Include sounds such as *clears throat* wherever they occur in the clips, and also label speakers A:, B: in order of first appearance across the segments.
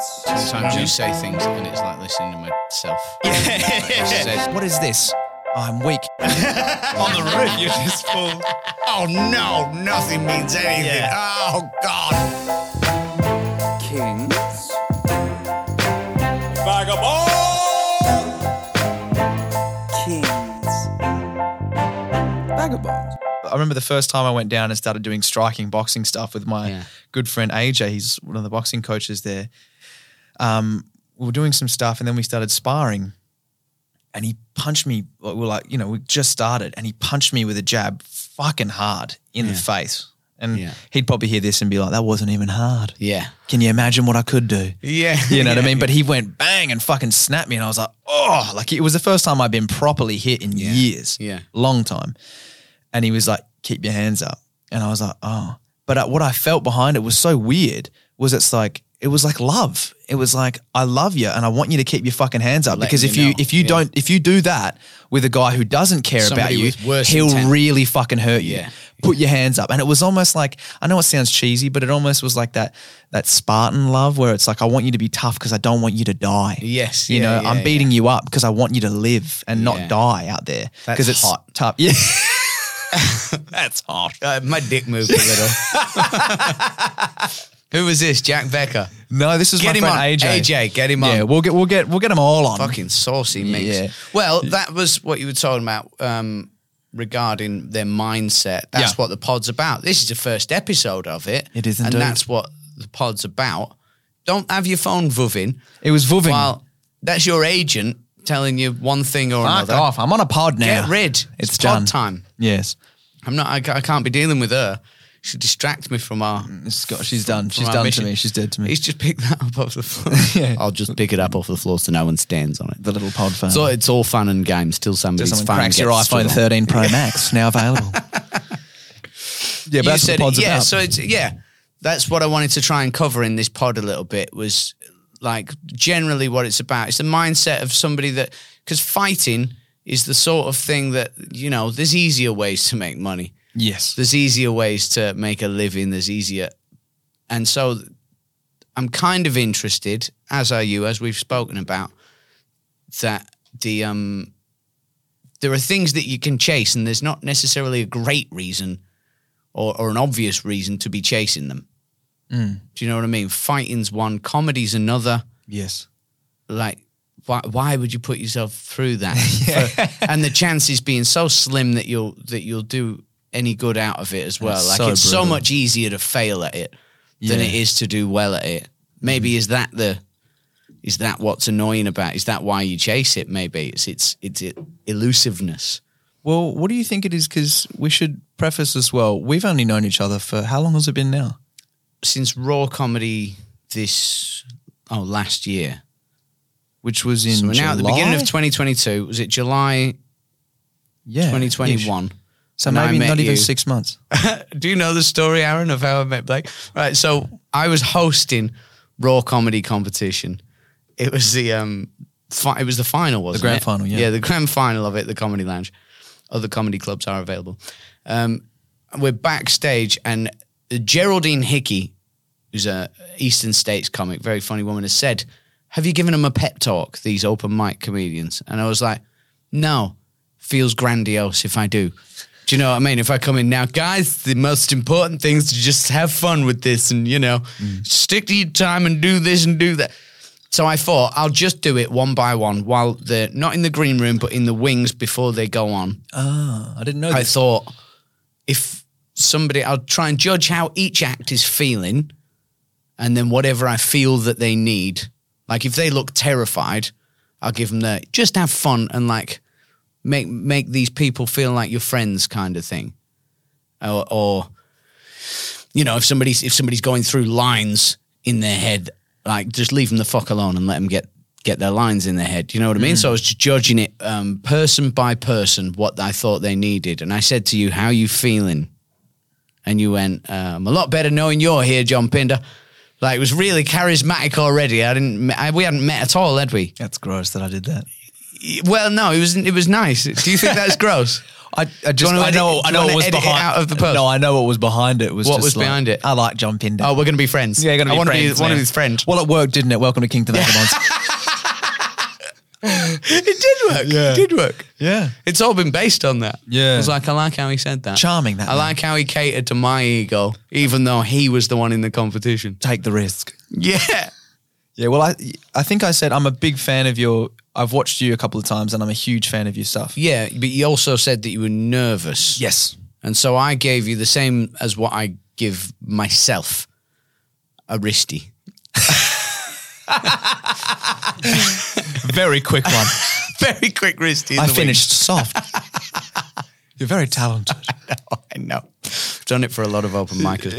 A: Sometimes you say things and it's like listening to myself. Said, what is this? I'm weak.
B: On the roof, you're just full. Oh no, nothing means anything.
A: Yeah.
B: Oh god.
C: Kings.
B: Vagabond!
C: Kings. Vagabonds.
D: I remember the first time I went down and started doing striking boxing stuff with my
A: Yeah.
D: good friend AJ. He's one of the boxing coaches there. Um, we were doing some stuff and then we started sparring. And he punched me. We were like, you know, we just started and he punched me with a jab fucking hard in the
A: Yeah.
D: face. And
A: Yeah.
D: he'd probably hear this and be like, that wasn't even hard.
A: Yeah.
D: Can you imagine what I could do?
A: Yeah.
D: You know what
A: *laughs*
D: I mean? But he went bang and fucking snapped me, and I was like, oh, like it was the first time I'd been properly hit in years,
A: Yeah.
D: long time. And he was like, keep your hands up, and I was like, oh. But uh, what I felt behind it was so weird. Was it's like it was like love. It was like I love you, and I want you to keep your fucking hands up
A: Letting
D: because if
A: you
D: you
A: know.
D: if you
A: Yeah.
D: don't if you do that with a guy who doesn't care
A: Somebody
D: about
A: with
D: you,
A: worse
D: he'll
A: intent.
D: really fucking hurt you.
A: Yeah.
D: Put your hands up. And it was almost like I know it sounds cheesy, but it almost was like that that Spartan love where it's like I want you to be tough because I don't want you to die.
A: Yes,
D: You
A: yeah,
D: know, I'm
A: yeah,
D: beating you up because I want you to live and
A: Yeah.
D: not die out there.
A: That's
D: Because it's
A: hot.
D: tough. *laughs* Yeah. That's hot.
A: Uh, my dick moved a little. *laughs* Who was this? Jack Becker.
D: No, this is
A: Get him
D: my
A: on.
D: friend AJ.
A: AJ, get him
D: Yeah,
A: on.
D: we'll get we'll get we'll get them all on.
A: Fucking saucy mix.
D: Yeah.
A: Well, that was what you were talking about um, regarding their mindset. That's
D: Yeah.
A: what the pod's about. This is the first episode of it.
D: It is
A: And
D: indeed.
A: that's what the pod's about. Don't have your phone vuving.
D: It was Vuving.
A: Well, that's your agent telling you one thing or
D: Fuck
A: another.
D: off. I'm on a pod now.
A: Get rid. It's,
D: It's
A: pod
D: done.
A: time.
D: Yes.
A: I'm not. I, ca- I can't be dealing with her. She distract me from our.
D: Scott, she's
A: from
D: done. Mm, She's
A: our
D: done
A: mission.
D: to me. She's dead to me.
A: He's just picked that up off the floor. *laughs*
D: *laughs* Yeah.
A: I'll just pick it up off the floor so no one stands on it.
D: the little pod fan.
A: So it's all fun and games till somebody's
D: someone
A: phone
D: cracks
A: gets
D: your iPhone
A: stood on.
D: 13 Pro Max now *laughs* available. yeah, but
A: You
D: that's
A: said
D: what the pod's
A: it- yeah,
D: about.
A: so it's yeah. That's what I wanted to try and cover in this pod a little bit was like generally what it's about. It's the mindset of somebody that because fighting is the sort of thing that you know. There's easier ways to make money.
D: yes,
A: there's easier ways to make a living there's easier and so i'm kind of interested as are you as we've spoken about that the um there are things that you can chase and there's not necessarily a great reason or, or an obvious reason to be chasing them do you know what i mean fighting's one comedy's another
D: yes,
A: like why, why would you put yourself through
D: *laughs*
A: that For- and the chances being so slim that you'll that you'll do any good out of it as well
D: it's
A: like
D: so
A: it's so
D: brutal.
A: much easier to fail at it than
D: Yeah. Mm.
A: it is to do well at it maybe is that the is that what's annoying about is that why you chase it maybe it's it's it's it, elusiveness
D: Well, what do you think it is? Because we should preface as well. We've only known each other for how long has it been now?
A: since raw comedy this oh last year
D: Which was in
A: so we're now at the beginning of
D: July?
A: 2022 was it july
D: yeah,
A: 2021
D: ish. So
A: when I
D: maybe
A: met
D: not even
A: you.
D: six months.
A: Do you know the story, Aaron, of how I met Blake? Right. So I was hosting Raw Comedy Competition. It was the um, fi- it was the final, wasn't
D: grand
A: it?
D: final, yeah.
A: Yeah, the grand final of it, the Comedy Lounge. Other comedy clubs are available. Um, we're backstage, and Geraldine Hickey, who's a Eastern States comic, very funny woman, has said, "Have you given them a pep talk? These open mic comedians?" And I was like, "No, feels grandiose if I do." Do you know what I mean? If I come in now, guys, the most important thing is to just have fun with this, and you know, stick to your time and do this and do that. So I thought I'll just do it one by one while they're not in the green room, but in the wings before they go on.
D: Ah, I didn't know.
A: I
D: That.
A: thought if somebody, I'll try and judge how each act is feeling, and then whatever I feel that they need. Like if they look terrified, I'll give them the just have fun and like make make these people feel like your friends kind of thing, or, or you know if somebody's if somebody's going through lines in their head, like just leave them the fuck alone and let them get. Get their lines in their head. You know what I mean? So I was just judging it um, person by person what I thought they needed. And I said to you, How you feeling? and you went, um, "A lot better knowing you're here, John Pinder." Like it was really charismatic already. I didn't, I, we hadn't met at all, had we?
D: That's gross that I did that.
A: Well, no, it was it was nice. Do you think *laughs* that's gross?
D: I, I just
A: wanna
D: I know
A: edit- do
D: I
A: you
D: know
A: wanna
D: what was
A: edit it
D: behind
A: out of the post?
D: No, I know what was behind it. Was
A: What
D: just
A: was
D: like,
A: behind it?
D: I like John Pinder.
A: Oh, we're gonna be friends.
D: yeah, gonna
A: I
D: be
A: wanna
D: friends.
A: Be, want to
D: man.
A: be his friend.
D: Well, it worked, didn't it? Welcome to King to the
A: It did work.
D: Yeah.
A: It did work.
D: *laughs* Yeah.
A: It's all been based on that.
D: Yeah.
A: It was like, I like how he said that.
D: Charming, that
A: I
D: man.
A: like how he catered to my ego, even though he was the one in the competition.
D: Take the risk.
A: Yeah.
D: Yeah, well, I I think I said I'm a big fan of your. I've watched you a couple of times, and I'm a huge fan of your stuff.
A: Yeah. But you also said that you were nervous.
D: Yes.
A: And so I gave you the same as what I give myself a wristy.
D: Very quick one.
A: *laughs* Very quick wristy. in
D: I
A: the week.
D: finished soft. *laughs* You're very talented.
A: I know. Done it for a lot of open micers.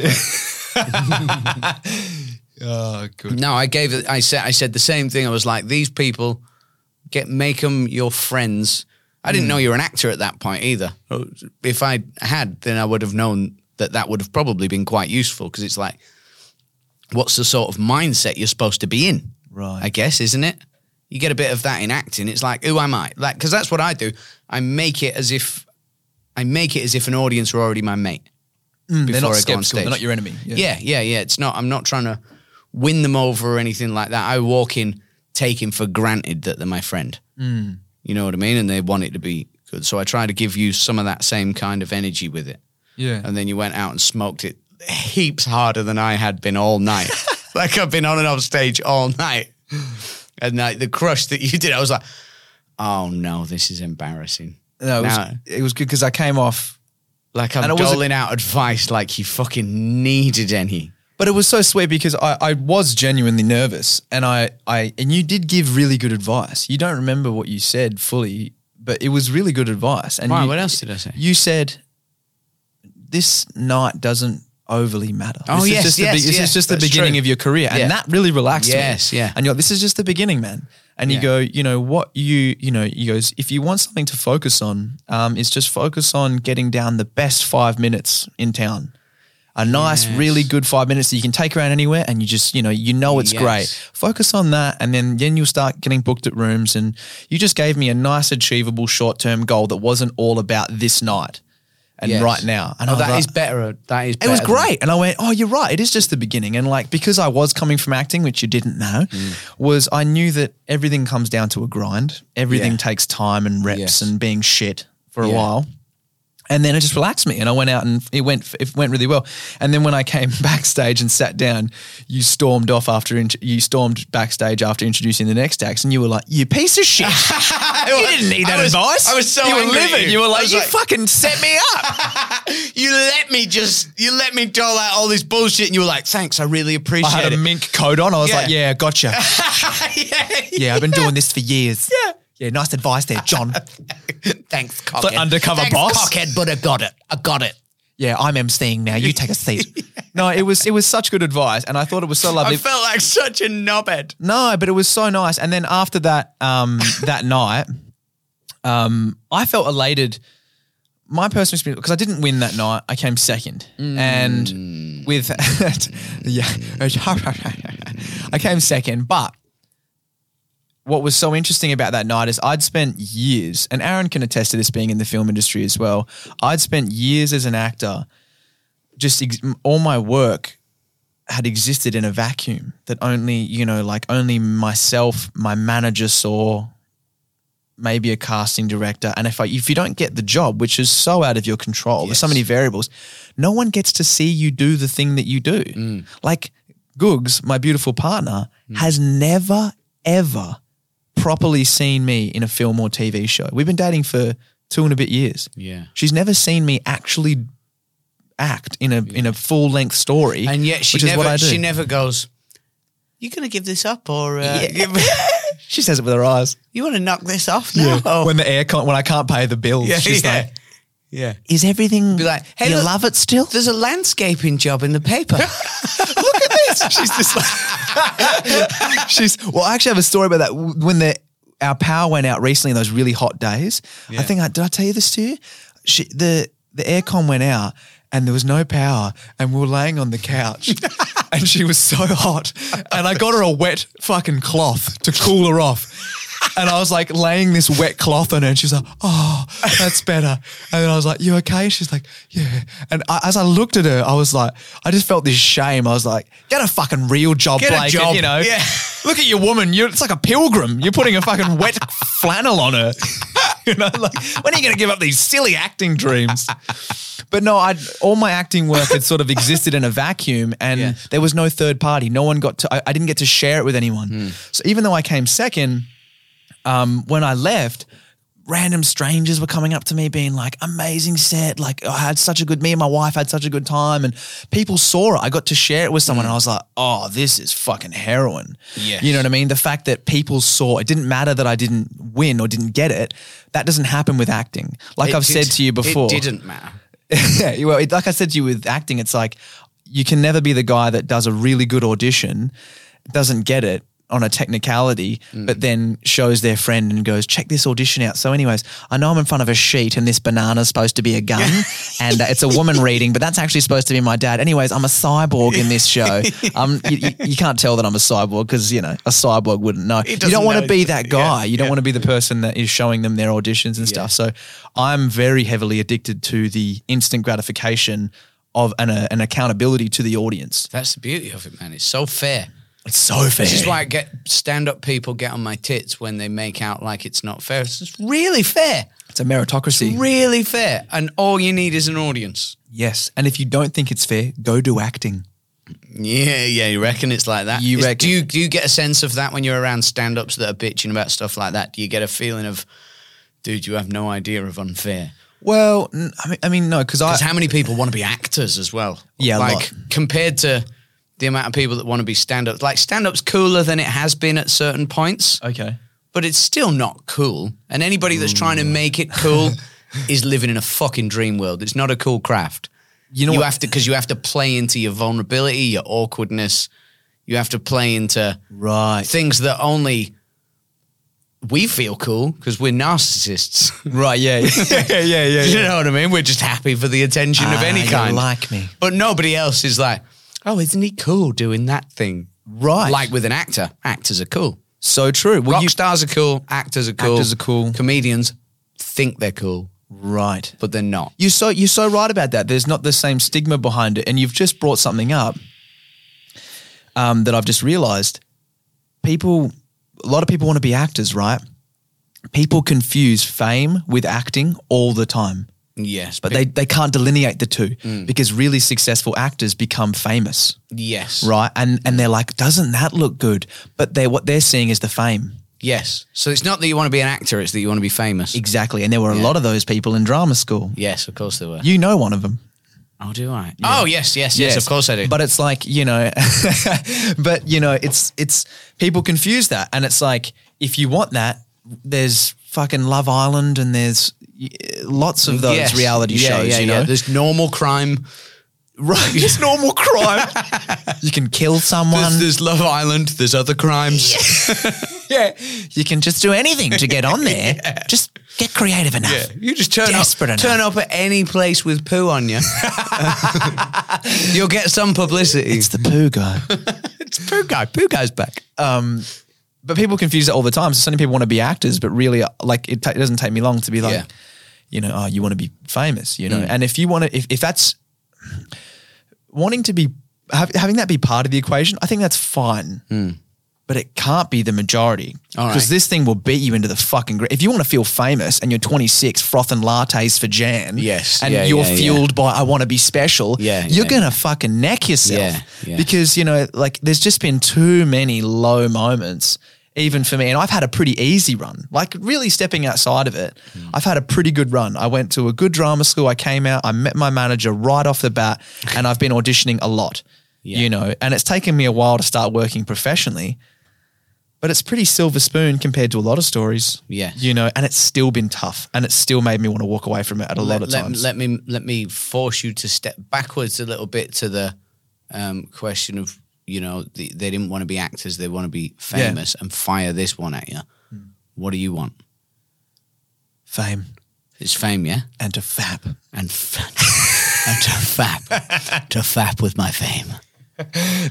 D: *laughs*
A: but-
D: Oh, good.
A: No, I gave it. I said I said the same thing. I was like, these people get make them your friends. I
D: Hmm.
A: didn't know you were an actor at that point either.
D: Oh.
A: If I had, then I would have known that that would have probably been quite useful because it's like, what's the sort of mindset you're supposed to be in?
D: Right.
A: I guess isn't it? You get a bit of that in acting. It's like, who am I? Like, because that's what I do. I make it as if I make it as if an audience were already my mate.
D: They're not
A: before I go on
D: skeptical. They're
A: stage.
D: not your enemy.
A: Yeah, yeah, yeah. It's not. I'm not trying to win them over or anything like that. I walk in taking for granted that they're my friend. Mm. You know what I mean? And they want it to be good. So I try to give you some of that same kind of energy with it.
D: Yeah.
A: And then you went out and smoked it heaps harder than I had been all
D: *laughs*
A: night. like I've been on and off stage all night. And like the crush that you did, I was like, oh no, this is embarrassing.
D: No, it was,
A: Now-
D: it was good because I came off,
A: like
D: And it
A: I'm
D: wasn't-
A: doling out advice like you fucking needed any.
D: but it was so sweet because I, I was genuinely nervous, and I, I and you did give really good advice. You don't remember what you said fully, but it was really good advice. And
A: Why?
D: you-
A: What else did I say?
D: You said this night doesn't overly matter.
A: Oh,
D: this
A: yes,
D: is just
A: yes,
D: the, This
A: yes,
D: is just the
A: that's
D: beginning
A: true.
D: of your career, and
A: Yeah.
D: that really relaxed
A: Yes,
D: me.
A: yeah.
D: And you're like, this is just the beginning, man. And you
A: Yeah.
D: go, you know what you, you know, you goes, if you want something to focus on, um, is just focus on getting down the best five minutes in town. A nice,
A: Yes.
D: really good five minutes that you can take around anywhere, and you just, you know, you know it's
A: Yes.
D: great. Focus on that, and then then you'll start getting booked at rooms. And you just gave me a nice, achievable, short term goal that wasn't all about this night and
A: Yes.
D: right now. And I
A: Oh,
D: was
A: that
D: like-
A: is better. That is.
D: It was
A: better than-
D: great. And I went, oh, you're right. It is just the beginning. And like, because I was coming from acting, which you didn't know,
A: Mm.
D: was I knew that everything comes down to a grind. Everything
A: Yeah.
D: takes time and reps
A: Yes.
D: and being shit for a
A: Yeah.
D: while. And then it just relaxed me. And I went out and it went, it went really well. And then when I came *laughs* backstage and sat down, you stormed off after, int- you stormed backstage after introducing the next acts. And you were like, you piece
A: *laughs*
D: of shit. you didn't need
A: I
D: that
A: was-
D: advice.
A: I was so
D: You were
A: angry at
D: livid.
A: you.
D: You were
A: I
D: like,
A: was
D: you
A: like-
D: fucking set me up.
A: You let me just. You let me dole out all this bullshit, and you were like, "Thanks, I really
D: I
A: appreciate
D: had a
A: it."
D: mink coat on. I was
A: Yeah.
D: like, yeah, gotcha.
A: *laughs* yeah.
D: Yeah, I've been doing this for years. Yeah. Yeah, nice advice there, John.
A: *laughs* Thanks, cockhead.
D: undercover
A: Thanks,
D: boss.
A: cockhead, but I got it. I got it.
D: yeah, I'm emceeing now. You take a
A: *laughs*
D: seat. No, it was it was such good advice, and I thought it was so
A: I
D: lovely.
A: felt like such a knobhead.
D: no, but it was so nice. And then after that, um, that *laughs* night, um, I felt elated. My personal experience because I didn't win that night. I came second, and with *laughs* yeah, I came second, but what was so interesting about that night is I'd spent years, and Aaron can attest to this being in the film industry as well. I'd spent years as an actor, just ex- m- all my work had existed in a vacuum that only, you know, like only myself, my manager saw, maybe a casting director. And if I, if you don't get the job, which is so out of your control, there's so
A: Yes.
D: many variables, no one gets to see you do the thing that you do.
A: Mm.
D: Like Googs, my beautiful partner, has never, ever properly seen me in a film or TV show. We've been dating for two and a bit years.
A: Yeah.
D: She's never seen me actually act in a in a full length story.
A: And yet she
D: which is what I
A: never.
D: do.
A: She never goes. You're gonna give this up, or uh,
D: She says it with her eyes.
A: *laughs*
D: Oh.
A: you want to knock this off
D: *laughs*
A: now? Oh,
D: When the air con- when I can't pay the bills,
A: Yeah,
D: she's
A: yeah.
D: like,
A: yeah.
D: "Is everything?
A: Be like, hey,
D: you
A: look-
D: love it still?
A: There's a landscaping job in the paper.
D: look at this. She's just *laughs* like, *laughs* she's. Well, I actually have a story about that. When the our power went out recently, those really hot days, I think I did. I tell you this to you. She, the the aircon went out and there was no power, and we were laying on
A: *laughs*
D: the couch. And she was so hot. And I got her a wet fucking cloth to cool her off. and I was like laying this wet cloth on her, and she was like, "Oh, that's better." And then I was like, "You okay?" She's like, "Yeah." And I, as I looked at her, I was like, I just felt this shame. I was like, "Get a fucking real job,
A: Get a
D: Blake."
A: job.
D: You know,
A: Yeah.
D: *laughs* look at your woman. You're, it's like a pilgrim. You're putting a fucking wet *laughs* flannel on her. *laughs* you know, like when are you going to give up these silly acting dreams? But no, I all my acting work had sort of existed in a vacuum, and
A: Yeah.
D: there was no third party. No one got to. I, I didn't get to share it with anyone.
A: Hmm.
D: So even though I came second, um, when I left. Random strangers were coming up to me, being like, "Amazing set! Like I had such a good. Me and my wife had such a good time, and people saw it. I got to share it with someone, and I was like, "Oh, this is fucking heroin."
B: Yes.
D: you know what I mean. The fact that people saw it didn't matter that I didn't win or didn't get it. That doesn't happen with acting. Like
A: It
D: *laughs* I've
A: did-
D: said to you before,
A: It didn't matter.
D: yeah, you- *laughs* well, it, like I said to you with acting, it's like you can never be the guy that does a really good audition, doesn't get it on a technicality, but then shows their friend and goes, check this audition out. So, anyways, I know I'm in front of a sheet and this banana's supposed to be a gun and uh, it's a woman reading, but that's actually supposed to be my dad. Anyways, I'm a cyborg in this show. Um, you, you, you can't tell that I'm a cyborg because, you know, a cyborg wouldn't know. You
B: doesn't
D: don't want
B: know.
D: to be that guy. you don't
B: yeah.
D: want to be the person that is showing them their auditions and stuff. So I'm very heavily addicted to the instant gratification of an, uh, an accountability to the audience.
A: That's the beauty of it, man. It's so fair.
D: It's so fair.
A: This is why I get stand up people get on my tits when they make out like it's not fair. It's just really fair.
D: it's a meritocracy.
A: Really fair. And all you need is an audience.
D: yes. And if you don't think it's fair, go do acting.
A: Yeah, yeah, you reckon it's like that?
D: You
A: Is-
D: reckon-
A: Do you, do you get a sense of that when you're around stand ups that are bitching about stuff like that? Do you get a feeling of, dude, you have no idea of unfair?
D: Well, n- I mean, I mean no, because I.
A: Because how many people want to be actors as well?
D: Yeah, a
A: like
D: lot.
A: compared to the amount of people that want to be stand ups, like stand up's cooler than it has been at certain points,
D: okay.
A: but it's still not cool. And anybody that's trying to
D: Mm.
A: make it
D: *laughs*
A: cool is living in a fucking dream world. It's not a cool craft.
D: You know
A: you
D: what?
A: have to because you have to play into your vulnerability, your awkwardness. You have to play into *laughs*
D: Right.
A: things that only we feel cool because we're narcissists.
D: Right. Yeah. *laughs* yeah. Yeah.
A: *laughs*
D: Yeah.
A: you know what I mean? We're just happy for the attention of
D: Ah,
A: any
D: you
A: kind.
D: like me.
A: but nobody else is like, oh, isn't he cool doing that thing?
D: Right.
A: Like with an actor, actors are cool.
D: So true. Well,
A: Rock
D: you.
A: stars are cool. Actors are cool.
D: Actors are cool.
A: Comedians think they're cool,
D: Right.
A: but they're not.
D: You're so you're so right about that. There's not the same stigma behind it, and you've just brought something up um, that I've just realised. People, a lot of people want to be actors, right? People confuse fame with acting all the time,
A: Yes,
D: but they they can't delineate the two because really successful actors become famous,
A: yes,
D: right? And and they're like, doesn't that look good? But they what they're seeing is the fame.
A: yes. So it's not that you want to be an actor; it's that you want to be famous.
D: Exactly, and there were a lot of those people in drama school.
A: yes, of course there were.
D: You know one of them.
A: oh, do I? Oh, yes, yes, yes, Of course I do.
D: But it's like you know, *laughs* but you know, it's it's people confuse that, and it's like if you want that, there's fucking Love Island, and there's y- lots of those
A: Yes.
D: uh, reality
A: Yeah,
D: shows.
A: yeah,
D: you know,
A: yeah. There's normal crime.
D: right? Just normal *laughs* crime. you can kill
A: *laughs*
D: someone.
A: There's, there's Love Island. There's other crimes.
D: yeah, you can just do anything to get on
A: *laughs*
D: there. Just get creative enough.
A: You just turn
D: Desperate
A: up,
D: enough.
A: turn up at any place with poo on
D: *laughs*
A: you. *laughs* You'll get some publicity.
D: It's the poo *laughs* guy.
A: It's poo guy. Poo guy's back.
D: Um, but people confuse it all the time. So so many people want to be actors, but really, uh, like it, ta- it doesn't take me long to be like,
A: Yeah. Mm.
D: you know, oh, you want to be famous, you know. And if you want to, if, if that's wanting to be hav having that be part of the equation, I think that's fine. But it can't be the majority
A: Mm. All right.
D: because this thing will beat you into the fucking ground. If you want to feel famous and you're 26, frothing lattes for Jan,
A: Yes.
D: and
A: Yeah,
D: you're
A: yeah, yeah.
D: fueled by I want to be special,
A: Yeah,
D: you're
A: yeah.
D: gonna fucking neck yourself
A: Yeah, yeah.
D: because you know, like, there's just been too many low moments, even for me. And I've had a pretty easy run, like, really stepping outside of it.
A: Hmm.
D: I've had a pretty good run. I went to a good drama school. I came out, I met my manager right off the
A: *laughs*
D: bat, and I've been auditioning a lot, you know, and it's taken me a while to start working professionally. But it's pretty silver spoon compared to a lot of stories.
A: Yes.
D: You know, and it's still been tough and it's still made me want to walk away from it at a lot of
A: let,
D: times.
A: Let me let me force you to step backwards a little bit to the um, question of you know the, they didn't want to be actors, they want to be famous, and fire this one at you. What do you want?
D: Fame
A: It's fame, yeah,
D: and to fap.
A: and f- *laughs* and to *laughs* fap, to fap with my fame,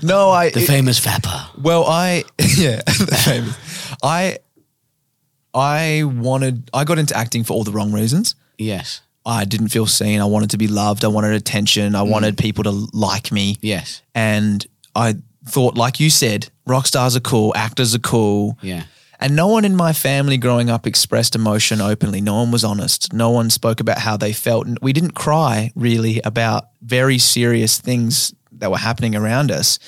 D: No, I
A: the famous fapper.
D: *laughs* Well, I yeah, the famous. I I wanted, I got into acting for all the wrong reasons.
A: Yes.
D: I didn't feel seen. I wanted to be loved. I wanted attention. I wanted people to like me.
A: Mm. Yes.
D: And I thought, like you said, rock stars are cool, actors are cool.
A: Yeah.
D: And no one in my family growing up expressed emotion openly. No one was honest. No one spoke about how they felt. And we didn't cry really about very serious things that were happening around us.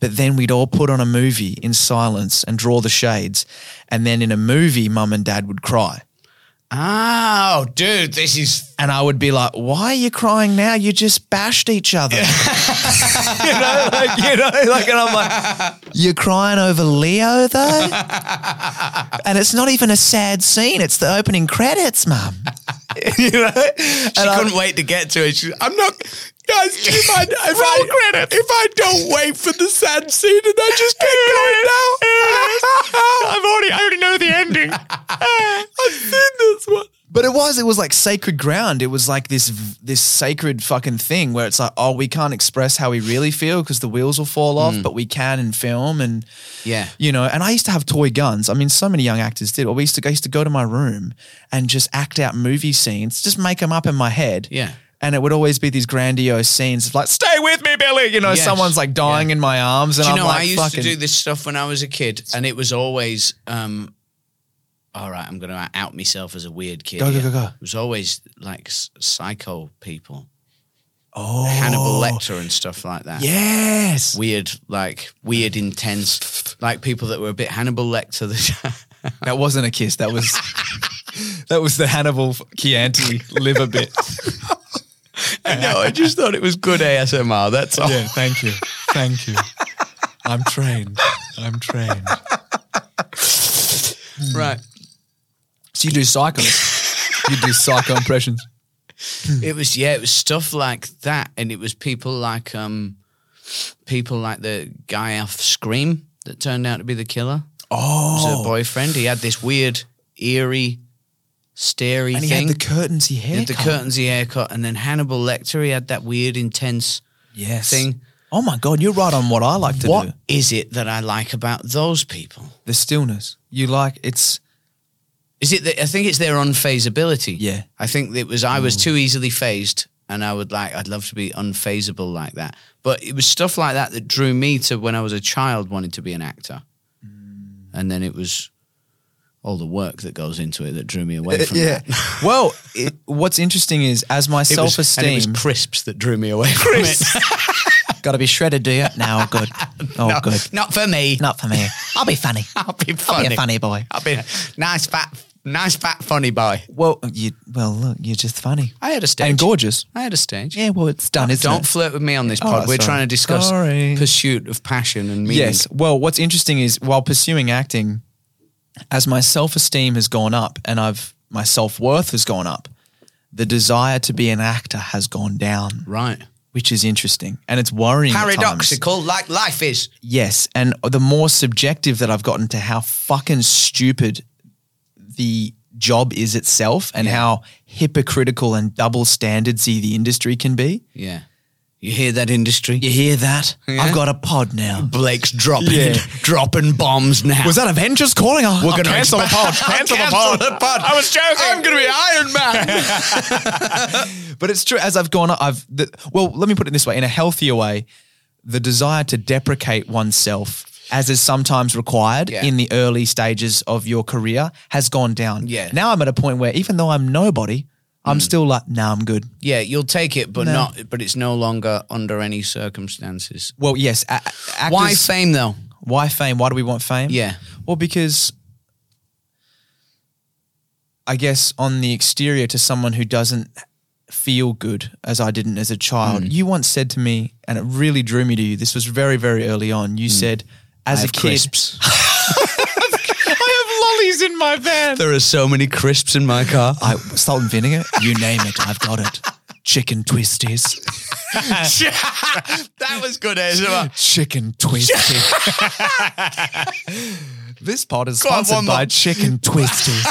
D: But then we'd all put on a movie in silence and draw the shades. And then in a movie, mum and dad would cry.
A: Oh, dude, this is
D: And I would be like, why are you crying now? You just bashed each other. *laughs* you know, like, you know, like, and I'm like, you're crying over Leo
A: *laughs*
D: though? and it's not even a sad scene. It's the opening credits, mum. *laughs* you know?
A: she couldn't wait to get to it. She, I'm not, guys. If I, if I if I don't wait for the sad scene and I just keep going *laughs* now, I've already I already know the *laughs* ending. I've seen this one.
D: But it was, it was like sacred ground. It was like this, this sacred fucking thing where it's like, oh, we can't express how we really feel because the wheels will fall
A: Mm.
D: off, but we can in film. And
A: Yeah.
D: you know, and I used to have toy guns. I mean, so many young actors did. Well, we used to, I used to go to my room and just act out movie scenes, just make them up in my head.
A: Yeah.
D: And it would always be these grandiose scenes of like, stay with me, Billy. You know,
A: Yes.
D: someone's like dying in my arms. And
A: Do you
D: I'm
A: know,
D: like,
A: I used
D: fucking,
A: to do this stuff when I was a kid, and it was always, um, all right, I'm going to out myself as a weird kid.
D: Go, go,
A: here.
D: go, go.
A: It was always like s- psycho people,
D: oh,
A: Hannibal Lecter and stuff like that.
D: Yes.
A: Weird, like weird, intense, like people that were a bit Hannibal Lecter. The
D: that wasn't a kiss. That was, *laughs* that was the Hannibal Chianti liver bit.
A: *laughs* I know. I just thought it was good ASMR. That's all.
D: Yeah, thank you. Thank you. I'm trained. I'm trained.
A: Right.
D: So you do psychos. you do psycho impressions.
A: It was yeah. It was stuff like that, and it was people like um, people like the guy off Scream that turned out to be the killer.
D: Oh.
A: was her boyfriend. He had this weird, eerie, starey
D: and he
A: thing.
D: had the curtains he
A: He
D: had
A: had the curtains, the haircut, and then Hannibal Lecter. He had that weird, intense.
D: yes
A: thing.
D: Oh my god, you're right on what I like to
A: What is
D: do.
A: it that I like about those people?
D: The stillness. You like it's
A: Is it that I think it's their unfazability?
D: Yeah. Hmm.
A: I think it was I was too easily phased, and I would like I'd love to be unfazable like that. But it was stuff like that that drew me to when I was a child wanting to be an actor,
D: Hmm.
A: and then it was all the work that goes into it that drew me
D: *laughs*
A: away from that. *laughs*
D: well, it, what's interesting is as my
A: It was-
D: self
A: and
D: esteem
A: It was crisps that drew me away from
D: *laughs*
A: it.
D: got to be shredded, do you? No, good. Oh, good.
A: *laughs* Not for me.
D: Not for me. I'll be funny.
A: *laughs* I'll be funny.
D: I'll be a funny boy.
A: I'll be a nice fat, nice fat funny boy.
D: Well, you well look, you're just funny
A: I had a stage.
D: and gorgeous.
A: I had a stage.
D: Yeah, well, it's done. Isn't
A: Don't
D: it?
A: flirt with me on this
D: Oh,
A: pod. We're
D: sorry.
A: trying to discuss
D: Sorry.
A: pursuit of passion and meaning.
D: Yes. Well, what's interesting is while pursuing acting, as my self esteem has gone up and I've my self worth has gone up, the desire to be an actor has gone down,
A: Right.
D: which is interesting and it's worrying. at times.
A: Paradoxical, like life is.
D: Yes, and the more subjective that I've gotten to how fucking stupid the job is itself and how hypocritical and double standardsy the industry can be.
A: Yeah. You hear that industry?
D: You hear that?
A: Yeah.
D: I've got a pod now.
A: Blake's dropping,
D: Yeah.
A: dropping bombs now.
D: Was that Avengers calling? Oh, I'll, We're
A: We're
D: I'll
A: gonna
D: cancel the *laughs* pod. Cancel the pod.
A: I was joking. I'm going to be Iron Man.
D: But it's true. As I've gone, up, I've the, well. Let me put it this way: in a healthier way, the desire to deprecate oneself, as is sometimes required
A: Yeah.
D: in the early stages of your career, has gone down.
A: Yeah. Hmm.
D: Now I'm at a point where, even though I'm nobody, I'm still like, nah, I'm good.
A: yeah, you'll take it, but
D: No.
A: not. But it's no longer under any circumstances.
D: Well, yes. A- a- actors,
A: Why fame though?
D: Why fame? Why do we want fame?
A: Yeah.
D: Well, because I guess on the exterior to someone who doesn't feel good as I didn't as a child, you once said to me, and it really drew me to you. This was very, very early on. You said, as a
A: have
D: kid,
A: crisps.
D: *laughs* I have lollies in my van.
A: *laughs* There are so many crisps in my car.
D: I, salt and vinegar, you name it, I've got it. Chicken twisties,
A: *laughs* that was good, Ezra.
D: chicken twisties. *laughs* this pod is
A: on, one
D: sponsored by
A: more.
D: chicken
A: *laughs*
D: twisties.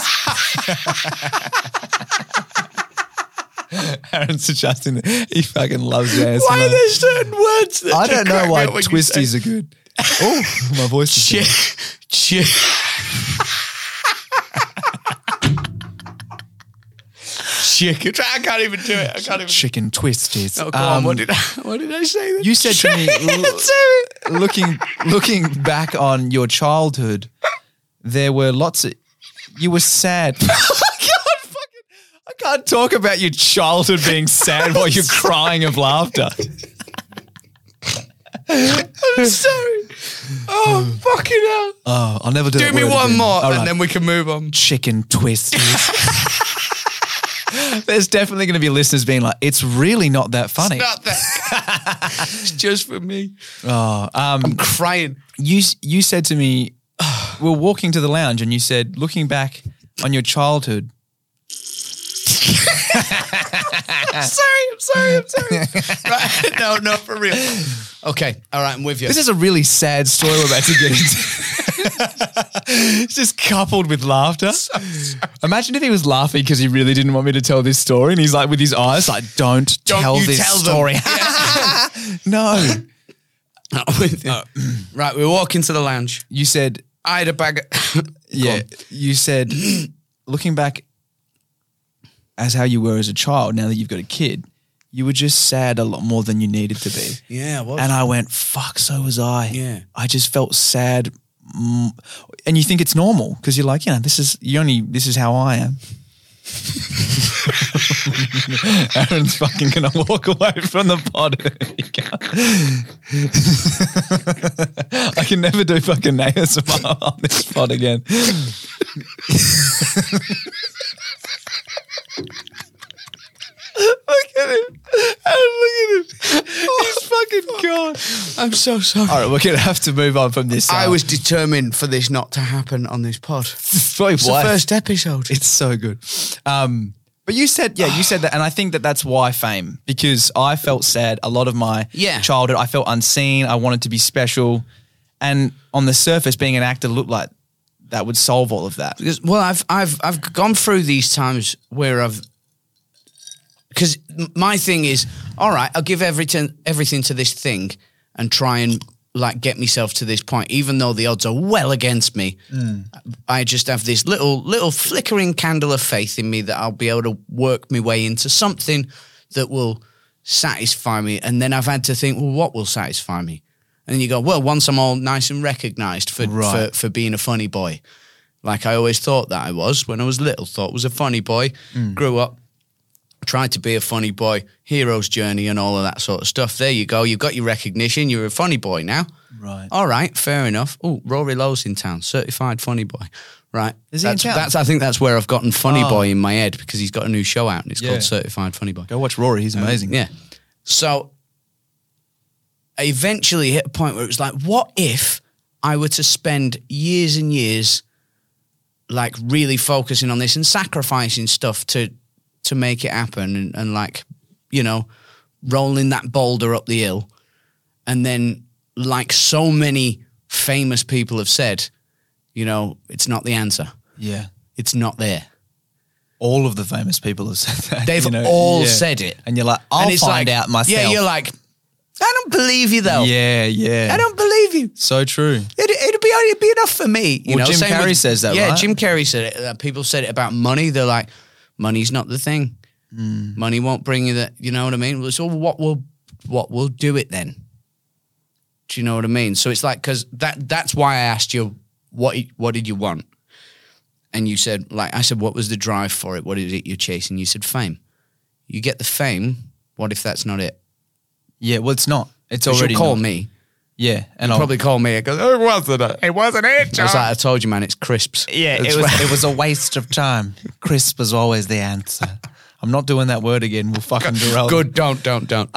D: Aaron's suggesting that he fucking loves jazz.
A: Why are there certain words that
D: I
A: just
D: don't know
A: crack me
D: why
A: up when you say
D: twisties are
A: *laughs*
D: good. Oh, my voice is
A: Chi- chi- chicken. I can't even do it. I can't even.
D: Chicken Um, twisties.
A: Oh, go on. What did I, what did I say? Then?
D: you said to me, *laughs* l- looking looking back on your childhood, there were lots of you were sad. *laughs* I can't Oh fucking- I can't talk about your childhood being sad while *laughs* you're crying of laughter. *laughs*
A: I'm sorry. Oh fucking hell!
D: Oh, I'll never do.
A: do
D: that
A: me
D: word
A: one
D: again.
A: more,
D: All right.
A: and then we can move on.
D: *laughs* chicken *laughs* twisties. There's definitely going to be listeners being like, "It's really not that funny."
A: Not that. it's just for me.
D: um,
A: I'm crying.
D: you you said to me, *sighs* we're walking to the lounge, and you said, looking back on your childhood,
A: sorry. I'm sorry. I'm sorry. right. *laughs* No, no, for real. Okay. All right. I'm with you.
D: this is a really sad story we're about to get
A: *laughs*
D: into. it's just coupled with laughter. Imagine if he was laughing because he really didn't want me to tell this story, and he's like with his eyes, like, "Don't,
A: Don't
D: tell
A: you
D: this
A: tell them."
D: story." *laughs* no,
A: I'm with you. Uh, right. We walk into the lounge.
D: you said
A: I had a bag. Of- *coughs*
D: Yeah, you
A: *clears throat*
D: said looking back as how you were as a child. Now that you've got a kid, you were just sad a lot more than you needed to be.
A: yeah. What?
D: And I went, "Fuck!" So was I.
A: Yeah.
D: I just felt sad, mm, and you think it's normal because you're like, you know, this is you only this is how I am. *laughs* Aaron's fucking gonna walk away from the pod. *laughs* He can't. I can never do fucking ASMR on this pod again. *laughs* look at him. Aaron,
A: Oh,
D: look at him. *laughs* He's fucking gone.
A: I'm so sorry.
D: All right, we're gonna have to move on from this.
A: I
D: uh,
A: was determined for this not to happen on this pod.
D: *laughs* Wait,
A: It's
D: what?
A: the first episode.
D: It's so good. Um, but you said, yeah, you said that, and I think that that's why fame, because I felt sad a lot of my
A: Yeah.
D: childhood. I felt unseen. I wanted to be special, and on the surface, being an actor looked like that would solve all of that.
A: Because- well, I've I've I've gone through these times where I've because my thing is all right. I'll give everything everything to this thing and try and like get myself to this point, even though the odds are well against me. I just have this little little flickering candle of faith in me that I'll be able to work my way into something that will satisfy me. And then I've had to think, well, what will satisfy me? And you go, well, once I'm all nice and recognised for,
D: Right.
A: for for being a funny boy, like I always thought that I was when I was little. Thought was a funny boy.
D: Mm.
A: Grew up, tried to be a funny boy. Hero's journey and all of that sort of stuff. There you go. You've got your recognition. You're a funny boy now.
D: Right.
A: All right. Fair enough. Oh, Rory Lowe's in town. Certified funny boy. Right.
D: Is he in
A: that's,
D: town?
A: That's. I think that's where I've gotten funny
D: Oh.
A: boy in my head because he's got a new show out and it's
D: Yeah.
A: called Certified Funny Boy.
D: Go watch Rory; he's amazing.
A: Oh, Yeah. So I eventually hit a point where it was like, what if I were to spend years and years like really focusing on this and sacrificing stuff to to make it happen and, and like, you know, rolling that boulder up the hill. And then like so many famous people have said, you know, it's not the answer.
D: yeah.
A: It's not there.
D: All of the famous people have said that.
A: They've
D: you know,
A: all
D: yeah.
A: said it.
D: and you're like, I'll
A: and it's
D: find
A: like,
D: out myself.
A: Yeah, you're like, I don't believe you though.
D: yeah, yeah.
A: I don't believe you.
D: so true.
A: It, it'd be it'd be enough for me. You
D: Well,
A: know,
D: Jim
A: Same
D: Carrey says that,
A: Yeah,
D: right?
A: Jim Carrey said it. Uh, people said it about money. They're like, money's not the thing.
D: Hmm.
A: Money won't bring you that. You know what I mean? Well, So what will what will do it then? Do you know what I mean? So it's like because that that's why I asked you what y- what did you want, and you said like I said what was the drive for it? What is it you're chasing? You said fame. You get the fame. What if that's not it?
D: Yeah, well, it's not. It's
A: 'Cause
D: already
A: you'll call
D: not.
A: me.
D: Yeah, and I'll,
A: Probably call me. It goes, oh, it wasn't it? It wasn't it. John. I was like, I told you, man. It's crisps.
D: Yeah, it was, *laughs* it was a waste of time. Crisp was always the answer. I'm not doing that word again. We'll fucking
A: *laughs*
D: derail.
A: Good. Don't. Don't. Don't.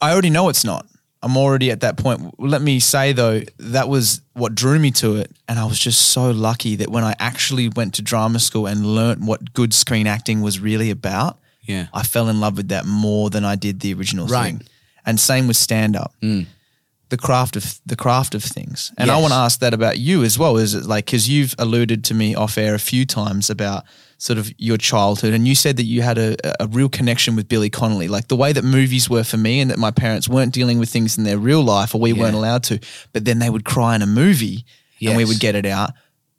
D: I already know it's not. I'm already at that point. Let me say though, that was what drew me to it, and I was just so lucky that when I actually went to drama school and learnt what good screen acting was really about,
A: Yeah.
D: I fell in love with that more than I did the original
A: Right.
D: thing. And same with stand up. The craft of the craft of things. And I
A: Yes.
D: want to ask that about you as well. Is it like cuz you've alluded to me off air a few times about sort of your childhood and you said that you had a, a real connection with Billy Connolly. Like the way that movies were for me and that my parents weren't dealing with things in their real life or we weren't allowed to, but then they would cry in a movie and we
A: Yes.
D: would get it out.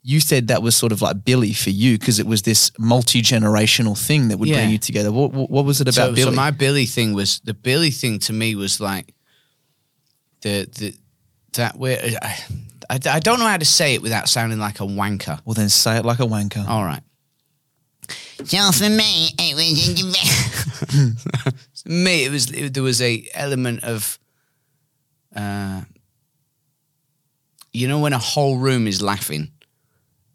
D: you said that was sort of like Billy for you because it was this multi generational thing that would
A: Yeah.
D: bring you together. What, what, what was it about
A: so, so
D: Billy?
A: my Billy thing was the Billy thing to me was like the the that way. I, I, I don't know how to say it without sounding like a wanker.
D: well, then say it like a wanker.
A: All right.
C: So for me, it was
A: *laughs* To me, it was it, there was a element of, uh, you know, when a whole room is laughing,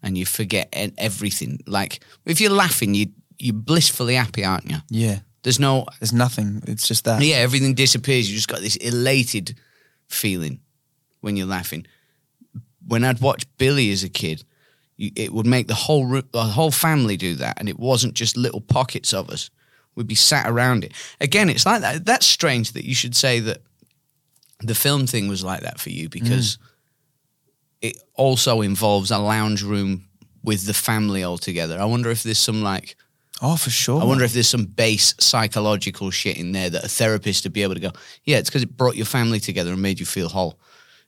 A: and you forget e- everything. Like if you're laughing, you you're blissfully happy, aren't you?
D: Yeah,
A: There's no
D: there's nothing. It's just that.
A: yeah, everything disappears. You just got this elated feeling when you're laughing. When I'd watch Billy as a kid, you, it would make the whole roo- the whole family do that, and it wasn't just little pockets of us. We'd be sat around it. Again, it's like that. That's strange that you should say that the film thing was like that for you because it also involves a lounge room with the family all together. I wonder if there's some like
D: Oh, for sure.
A: I wonder if there's some base psychological shit in there that a therapist would be able to go, yeah, it's because it brought your family together and made you feel whole.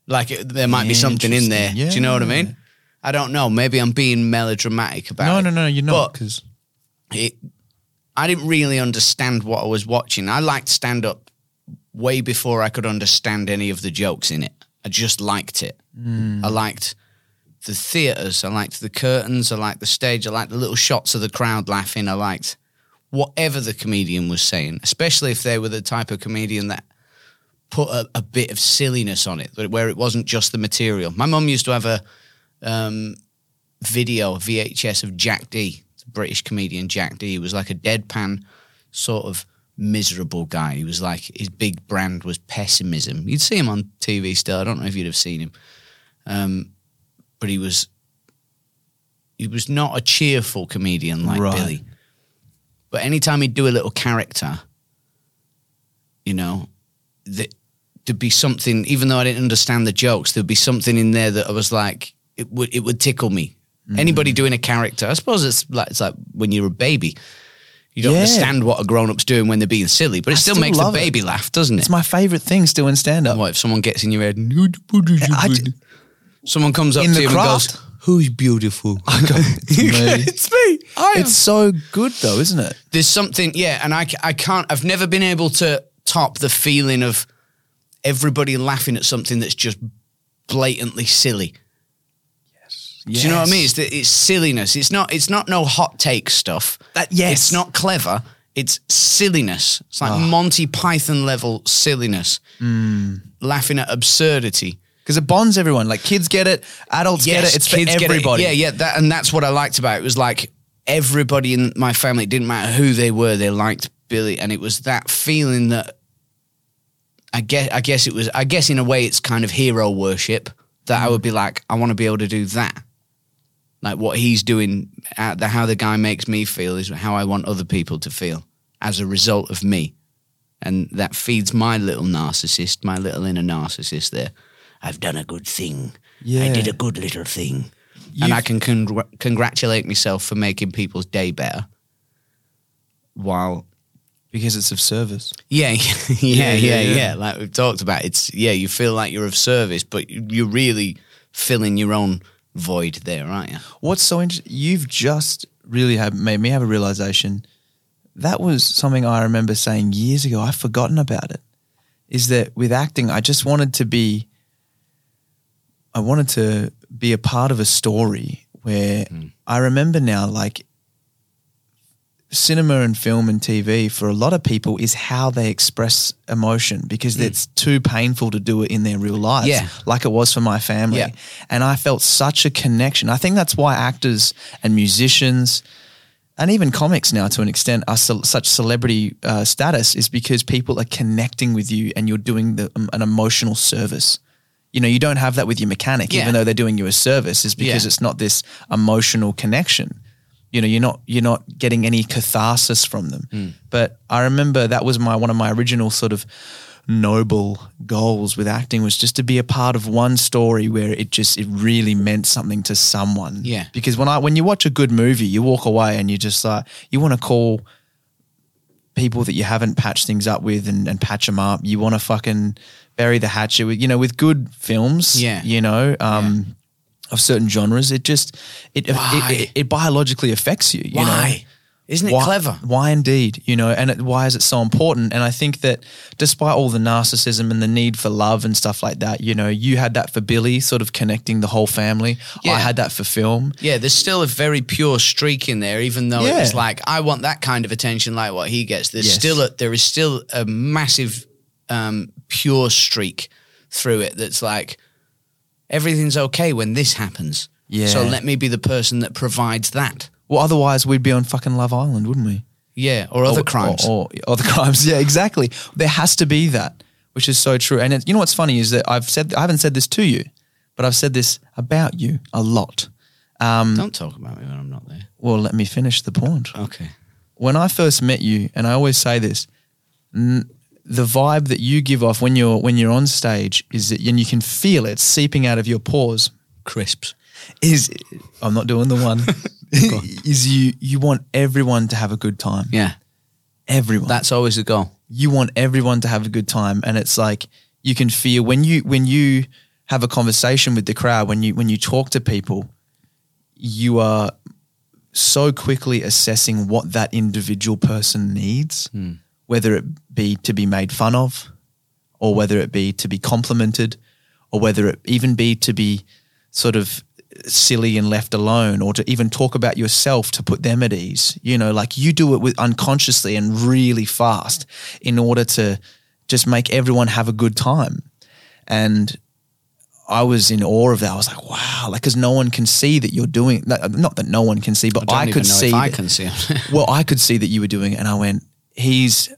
A: Like it, there might be something in there.
D: Interesting.
A: Do you know what I
D: Yeah.
A: mean? I don't know. Maybe I'm being melodramatic about
D: No,
A: it.
D: no, no, you're not.
A: But-
D: Because
A: It, I didn't really understand what I was watching. I liked stand up way before I could understand any of the jokes in it. I just liked it. I liked the theaters. I liked the curtains. I liked the stage. I liked the little shots of the crowd laughing. I liked whatever the comedian was saying, especially if they were the type of comedian that put a, a bit of silliness on it, but where it wasn't just the material. My mum used to have a um, video, VHS of Jack D, the British comedian Jack D. He was like a deadpan sort of miserable guy. He was like, his big brand was pessimism. You'd see him on TV still. I don't know if you'd have seen him. Um, but he was he was not a cheerful comedian like
D: Right.
A: Billy. But anytime he'd do a little character, you know, that there'd be something. Even though I didn't understand the jokes, there'd be something in there that I was like, it would it would tickle me.
D: Mm-hmm.
A: Anybody doing a character, I suppose it's like it's like when you're a baby. You don't
D: Yeah.
A: understand what a grown up's doing when they're being silly, but it
D: I
A: still,
D: still
A: makes the
D: love it.
A: baby laugh, doesn't
D: it's
A: it?
D: my favorite thing still in stand up.
A: what if someone gets in your head?
D: I d-
A: Someone comes up
D: In
A: to
D: the
A: you and
D: craft?
A: goes, "Who's beautiful?"
D: *laughs* it's me. It's so good though, isn't it?
A: there's something yeah and I, c- I can't i've never been able to top the feeling of everybody laughing at something that's just blatantly silly do you know what i mean it's, the, it's silliness it's not it's not no hot take stuff
D: That- yes. Ah.
A: it's not clever it's silliness it's like monty python level silliness
D: Mm.
A: laughing at absurdity
D: Because it bonds everyone. Like kids get it, adults get it. It's for
A: kids get it.
D: everybody.
A: Yeah, yeah. That, and that's what I liked about it. It was like everybody in my family, it didn't matter who they were, they liked Billy. And it was that feeling that I guess, I guess it was, I guess in a way it's kind of hero worship that
D: Mm.
A: I would be like, I want to be able to do that. Like what he's doing, uh, the, how the guy makes me feel is how I want other people to feel as a result of me. And that feeds my little narcissist, my little inner narcissist there. I've done a good thing. I
D: Yeah.
A: did a good little thing. and I can congr- congratulate myself for making people's day better. While,
D: Because it's of service.
A: yeah, *laughs* yeah, yeah, yeah,
D: yeah, yeah.
A: Like we've talked about, it's, yeah, you feel like you're of service, but you- you're really filling your own void there, aren't you?
D: What's so interesting? You've just really have made me have a realization. That was something I remember saying years ago. I've forgotten about it. Is that with acting, I just wanted to be. I wanted to be a part of a story where
A: Mm.
D: I remember now, like cinema and film and TV for a lot of people is how they express emotion because it's too painful to do it in their real lives.
A: Mm. Yeah.
D: Like it was for my family.
A: Yeah.
D: And I felt such a connection. I think that's why actors and musicians and even comics now to an extent are ce- such celebrity uh, status is because people are connecting with you and you're doing the, um, an emotional service. You know, you don't have that with your mechanic,
A: Yeah.
D: even though they're doing you a service, is because
A: Yeah.
D: it's not this emotional connection. You know, you're not you're not getting any catharsis from them.
A: Hmm.
D: But I remember that was my one of my original sort of noble goals with acting was just to be a part of one story where it just it really meant something to someone.
A: Yeah.
D: Because when I when you watch a good movie, you walk away and you just like you want to call people that you haven't patched things up with and, and patch them up. You want to fucking bury the hatchet with, you know, with good films.
A: Yeah.
D: You know, um, of certain genres, it just it it,
A: Why?
D: it, it biologically affects you. you Know?
A: Why? Isn't it
D: why,
A: clever?
D: Why indeed, you know, and it, why is it so important? And I think that despite all the narcissism and the need for love and stuff like that, you know, you had that for Billy, sort of connecting the whole family.
A: Yeah.
D: I had that for film.
A: Yeah, there's still a very pure streak in there, even though
D: Yeah.
A: it's like I want that kind of attention, like what he gets. There's
D: Yes.
A: still a, there is still a massive um, pure streak through it that's like everything's okay when this happens.
D: Yeah.
A: So let me be the person that provides that.
D: Well, otherwise we'd be on fucking Love Island, wouldn't we?
A: Yeah, or other
D: or,
A: crimes.
D: or, or other *laughs* crimes. Yeah, exactly. There has to be that, which is so true. And it, you know what's funny is that I've said I haven't said this to you, but I've said this about you a lot. um,
A: Don't talk about me when I'm not there.
D: Well, let me finish the point.
A: Okay.
D: When I first met you, and I always say this, n- the vibe that you give off when you're when you're on stage is that, and you can feel it seeping out of your pores.
A: Crisps.
D: Is I'm not doing
A: *laughs*
D: the one. is you you want everyone to have a good time.
A: Yeah,
D: Everyone.
A: that's always the goal.
D: you want everyone to have a good time and it's like you can feel when you when you have a conversation with the crowd when you when you talk to people you are so quickly assessing what that individual person needs whether it be to be made fun of or whether it be to be complimented or whether it even be to be sort of silly and left alone or to even talk about yourself to put them at ease you know like you do it with unconsciously and really fast in order to just make everyone have a good time and I was in awe of that. I was like, "Wow!" Like, because no one can see that you're doing. Not not that no one can see, but
A: Don't
D: I,
A: even
D: could
A: know
D: see.
A: if I
D: that-
A: can see.
D: well, I could see that you were doing it, and I went, he's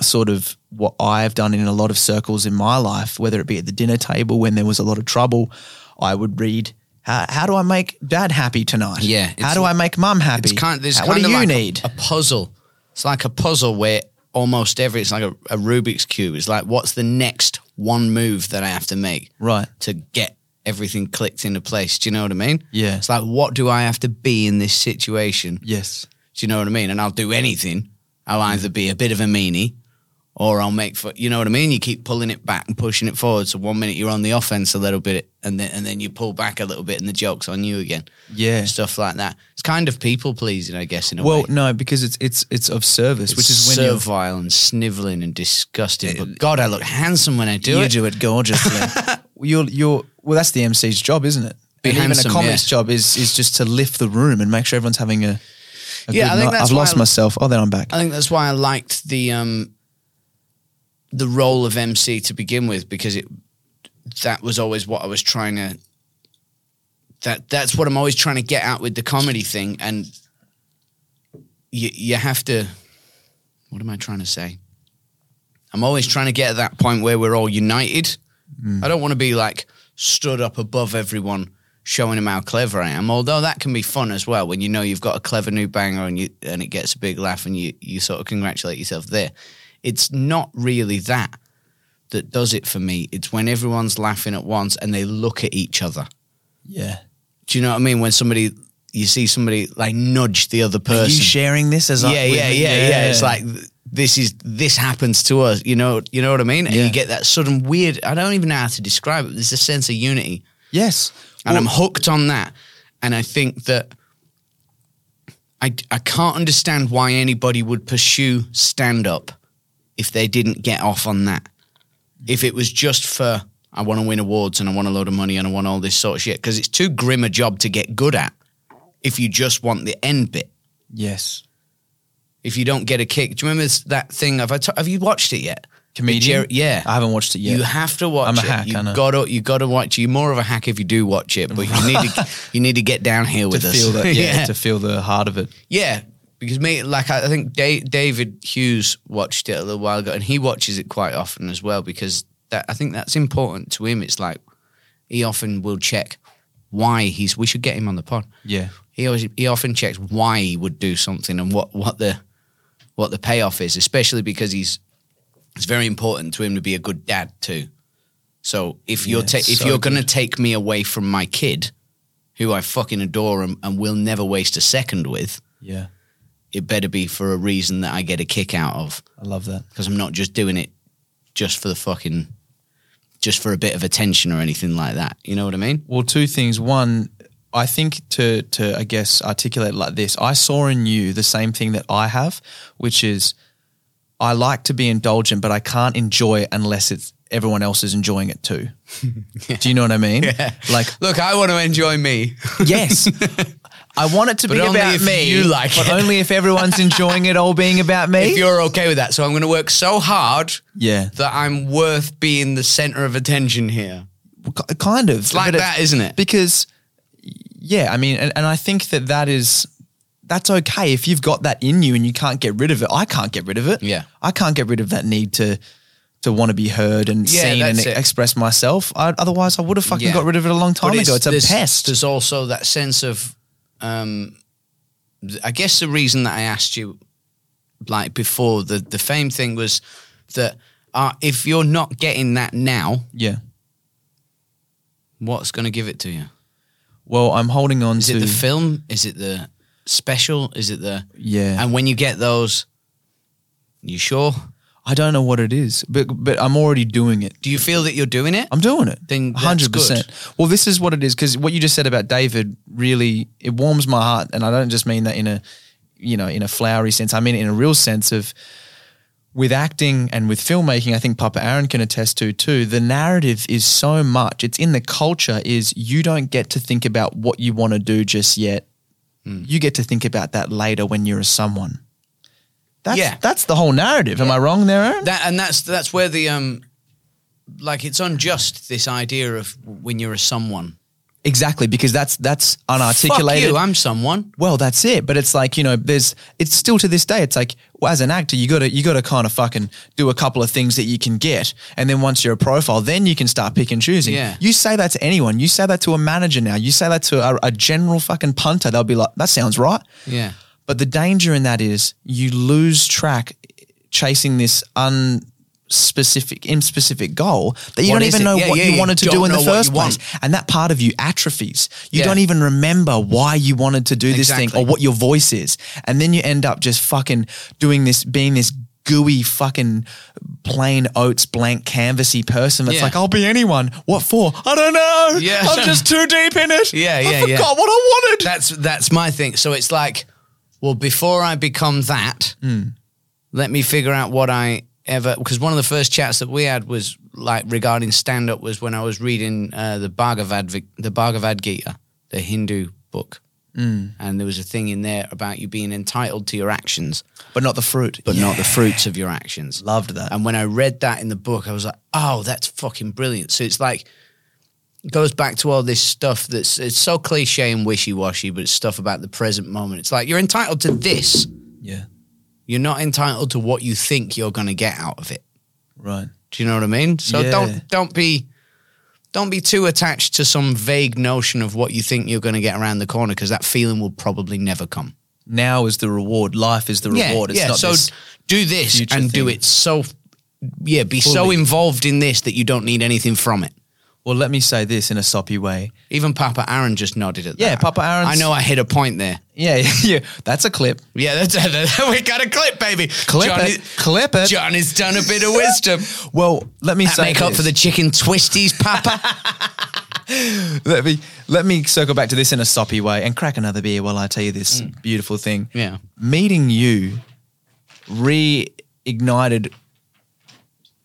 D: sort of what I've done in a lot of circles in my life, whether it be at the dinner table when there was a lot of trouble, I would read. How, how do I make dad happy tonight?
A: Yeah,
D: How
A: it's-
D: do I make mum happy?
A: It's kind. There's
D: How-
A: kind
D: what do
A: of
D: you
A: like a-
D: need?
A: A, puzzle. It's like a puzzle where almost every it's like a, a Rubik's cube. It's like what's the next one move that I have to make
D: right.
A: to get everything clicked into place. Do you know what I mean?
D: Yeah.
A: It's like what do I have to be in this situation?
D: Yes.
A: Do you know what I mean? And I'll do anything. I'll either be a bit of a meanie or I'll make for you know what I mean? You keep pulling it back and pushing it forward. So one minute you're on the offense a little bit and then and then you pull back a little bit and the joke's on you again.
D: Yeah.
A: Stuff like that. It's kind of people pleasing, I guess, in a
D: Well,
A: way.
D: no, because it's it's it's of service, which is when you're
A: servile and sniveling and disgusting. but God, I look handsome when I do
D: you
A: it.
D: do it gorgeously.
A: *laughs*
D: you're you're well. That's the MC's job, isn't it?
A: Be
D: and
A: handsome,
D: even a comic's
A: yeah.
D: job is is just to lift the room and make sure everyone's having a. a
A: Yeah,
D: good
A: I think
D: night.
A: that's
D: I've
A: why
D: lost
A: I- Uh,
D: myself. Oh, then I'm back.
A: I think that's why I liked the um, the role of MC to begin with because it that was always what I was trying to that that's what I'm always trying to get at with the comedy thing and you you have to what am I trying to say I'm always trying to get at that point where we're all united I don't want to be like stood up above everyone showing them how clever I am. Although that can be fun as well when you know you've got a clever new banger and you and it gets a big laugh and you you sort of congratulate yourself there. It's not really that that does it for me. It's when everyone's laughing at once and they look at each other.
D: Yeah.
A: Do you know what I mean? When somebody you see somebody like nudge the other
D: Are
A: person.
D: you sharing this as I-
A: yeah,
D: with
A: yeah,
D: me?
A: yeah, yeah, It's like th- this is this happens to us. You know, you know what I mean. And
D: Yeah.
A: you get that sudden weird. I don't even know how to describe it. There's a sense of unity,
D: yes.
A: and I'm hooked on that. And I think that I I can't understand why anybody would pursue stand up if they didn't get off on that. If it was just for I want to win awards and I want a load of money and I want all this sort of shit because it's too grim a job to get good at if you just want the end bit
D: Yes.
A: if you don't get a kick. Do you remember this, that thing? Have I t- have you watched it yet?
D: Comedian?
A: Jerry- yeah.
D: I haven't watched it yet.
A: You have to watch
D: I'm a
A: it.
D: hack,
A: you
D: I know.
A: gotta you gotta watch it. You're more of a hack if you do watch it, but you
D: *laughs*
A: need to you need to get down here
D: to
A: with us.
D: feel
A: *laughs*
D: that, yeah,
A: yeah.
D: to feel the heart of it.
A: Yeah. Because me like I I think da- David Hughes watched it a little while ago and he watches it quite often as well because that I think that's important to him. It's like he often will check why he's we should get him on the pod.
D: Yeah.
A: He always he often checks why he would do something and what what the what the payoff is, especially because he's it's very important to him to be a good dad too. So if you're
D: Yeah,
A: ta- if
D: so
A: you're gonna take me away from my kid, who I fucking adore and, and will never waste a second with,
D: Yeah.
A: it better be for a reason that I get a kick out of
D: I love that.
A: because I'm not just doing it just for the fucking just for a bit of attention or anything like that. You know what I mean?
D: Well, two things. One, I think to to I guess articulate it like this, I saw in you the same thing that I have, which is I like to be indulgent, but I can't enjoy it unless it's everyone else is enjoying
A: *laughs*
D: it too. Do you know what I mean? Like
A: Look, I want to enjoy me. *laughs*
D: yes. I want it to be
A: only
D: about
A: if
D: me.
A: you like
D: but
A: it.
D: only if everyone's enjoying it all being about me.
A: *laughs* if you're okay with that. So I'm going to work so hard
D: yeah.
A: that I'm worth being the center of attention here.
D: K- kind of. It's
A: like that, isn't it?
D: Because, yeah, I mean, and, and I think that that is, that's okay if you've got that in you and you can't get rid of it. I can't get rid of it.
A: Yeah.
D: I can't get rid of that need to, to want to be heard and
A: Yeah,
D: seen and
A: that's it.
D: express myself. I, otherwise, I would have fucking
A: Yeah.
D: got rid of it a long time
A: But
D: ago. It's,
A: there's-
D: a pest.
A: There's also that sense of, um, th- I guess the reason that I asked you, like before the the fame thing was that uh, if you're not getting that now,
D: yeah.
A: what's going to give it to you?
D: Well, I'm holding on
A: Is
D: to
A: it the film? Is it the special? Is it the
D: yeah.
A: And when you get those, you sure?
D: I don't know what it is, but but I'm already doing it.
A: Do you feel that you're doing it?
D: I'm doing it.
A: Then that's
D: hundred percent. Well, this is what it is because what you just said about David really it warms my heart, and I don't just mean that in a you know in a flowery sense. I mean it in a real sense of with acting and with filmmaking. I think Papa Aaron can attest to too. The narrative is so much. It's in the culture. Is you don't get to think about what you want to do just yet.
A: Hmm.
D: You get to think about that later when you're a someone. That's,
A: Yeah.
D: that's the whole narrative. Am I wrong there, Aaron?
A: That and that's that's where the um, like it's unjust this idea of when you're a someone.
D: Exactly, because that's that's
A: Fuck
D: unarticulated.
A: you, I'm someone.
D: well, that's it. But it's like you know, there's it's still to this day. It's like well, as an actor, you gotta you gotta kind of fucking do a couple of things that you can get, and then once you're a profile, then you can start pick and choosing.
A: Yeah.
D: You say that to anyone. You say that to a manager now. You say that to a, a general fucking punter. They'll be like, that sounds right.
A: Yeah.
D: But the danger in that is you lose track chasing this unspecific, inspecific goal that you
A: What
D: don't
A: is
D: even
A: it?
D: know
A: Yeah,
D: what
A: yeah,
D: you
A: you
D: wanted to
A: don't
D: do in the
A: know what
D: first
A: you
D: place.
A: want.
D: And that part of you atrophies. You
A: Yeah.
D: don't even remember why you wanted to do this thing
A: Exactly.
D: or what your voice is. And then you end up just fucking doing this, being this gooey fucking plain oats blank canvassy person that's
A: Yeah.
D: like i'll be anyone what for i don't know
A: Yeah.
D: i'm just too deep in
A: *laughs*
D: it
A: Yeah,
D: i
A: yeah,
D: forgot
A: yeah.
D: what i wanted
A: That's that's my thing. So it's like, well, before I become that, let me figure out what I ever. Because one of the first chats that we had was like regarding stand up was when I was reading uh, the Bhagavad Vic- the Bhagavad Gita, the Hindu book, and there was a thing in there about you being entitled to your actions,
D: but not the fruit
A: but
D: Yeah.
A: not the fruits of your actions.
D: Loved that.
A: And when I read that in the book, I was like, oh, that's fucking brilliant. So it's like, it goes back to all this stuff that's it's so cliche and wishy washy, but it's stuff about the present moment. It's like, you're entitled to this.
D: yeah,
A: You're not entitled to what you think you're going to get out of it.
D: right.
A: Do you know what I mean? So
D: Yeah.
A: don't don't be don't be too attached to some vague notion of what you think you're going to get around the corner because that feeling will probably never come.
D: Now is the reward. Life is the reward. It's not
A: so
D: this-
A: do this
D: future
A: and do
D: thing.
A: it so yeah, be so
D: Fully.
A: involved in this that you don't need anything from it.
D: Well, let me say this in a soppy way.
A: Even Papa Aaron just nodded at that.
D: Yeah, Papa Aaron's-
A: I know I hit a point there.
D: Yeah, *laughs* yeah. That's a clip.
A: Yeah, that's, *laughs* that, we got a clip, baby.
D: Clip
A: Johnny-
D: it. Clip it.
A: Johnny's done a bit
D: *laughs*
A: of wisdom.
D: well, let me
A: that
D: say
A: make up
D: this.
A: for the chicken twisties,
D: *laughs*
A: Papa.
D: let me let me circle back to this in a soppy way and crack another beer while I tell you this beautiful thing.
A: Yeah.
D: Meeting you reignited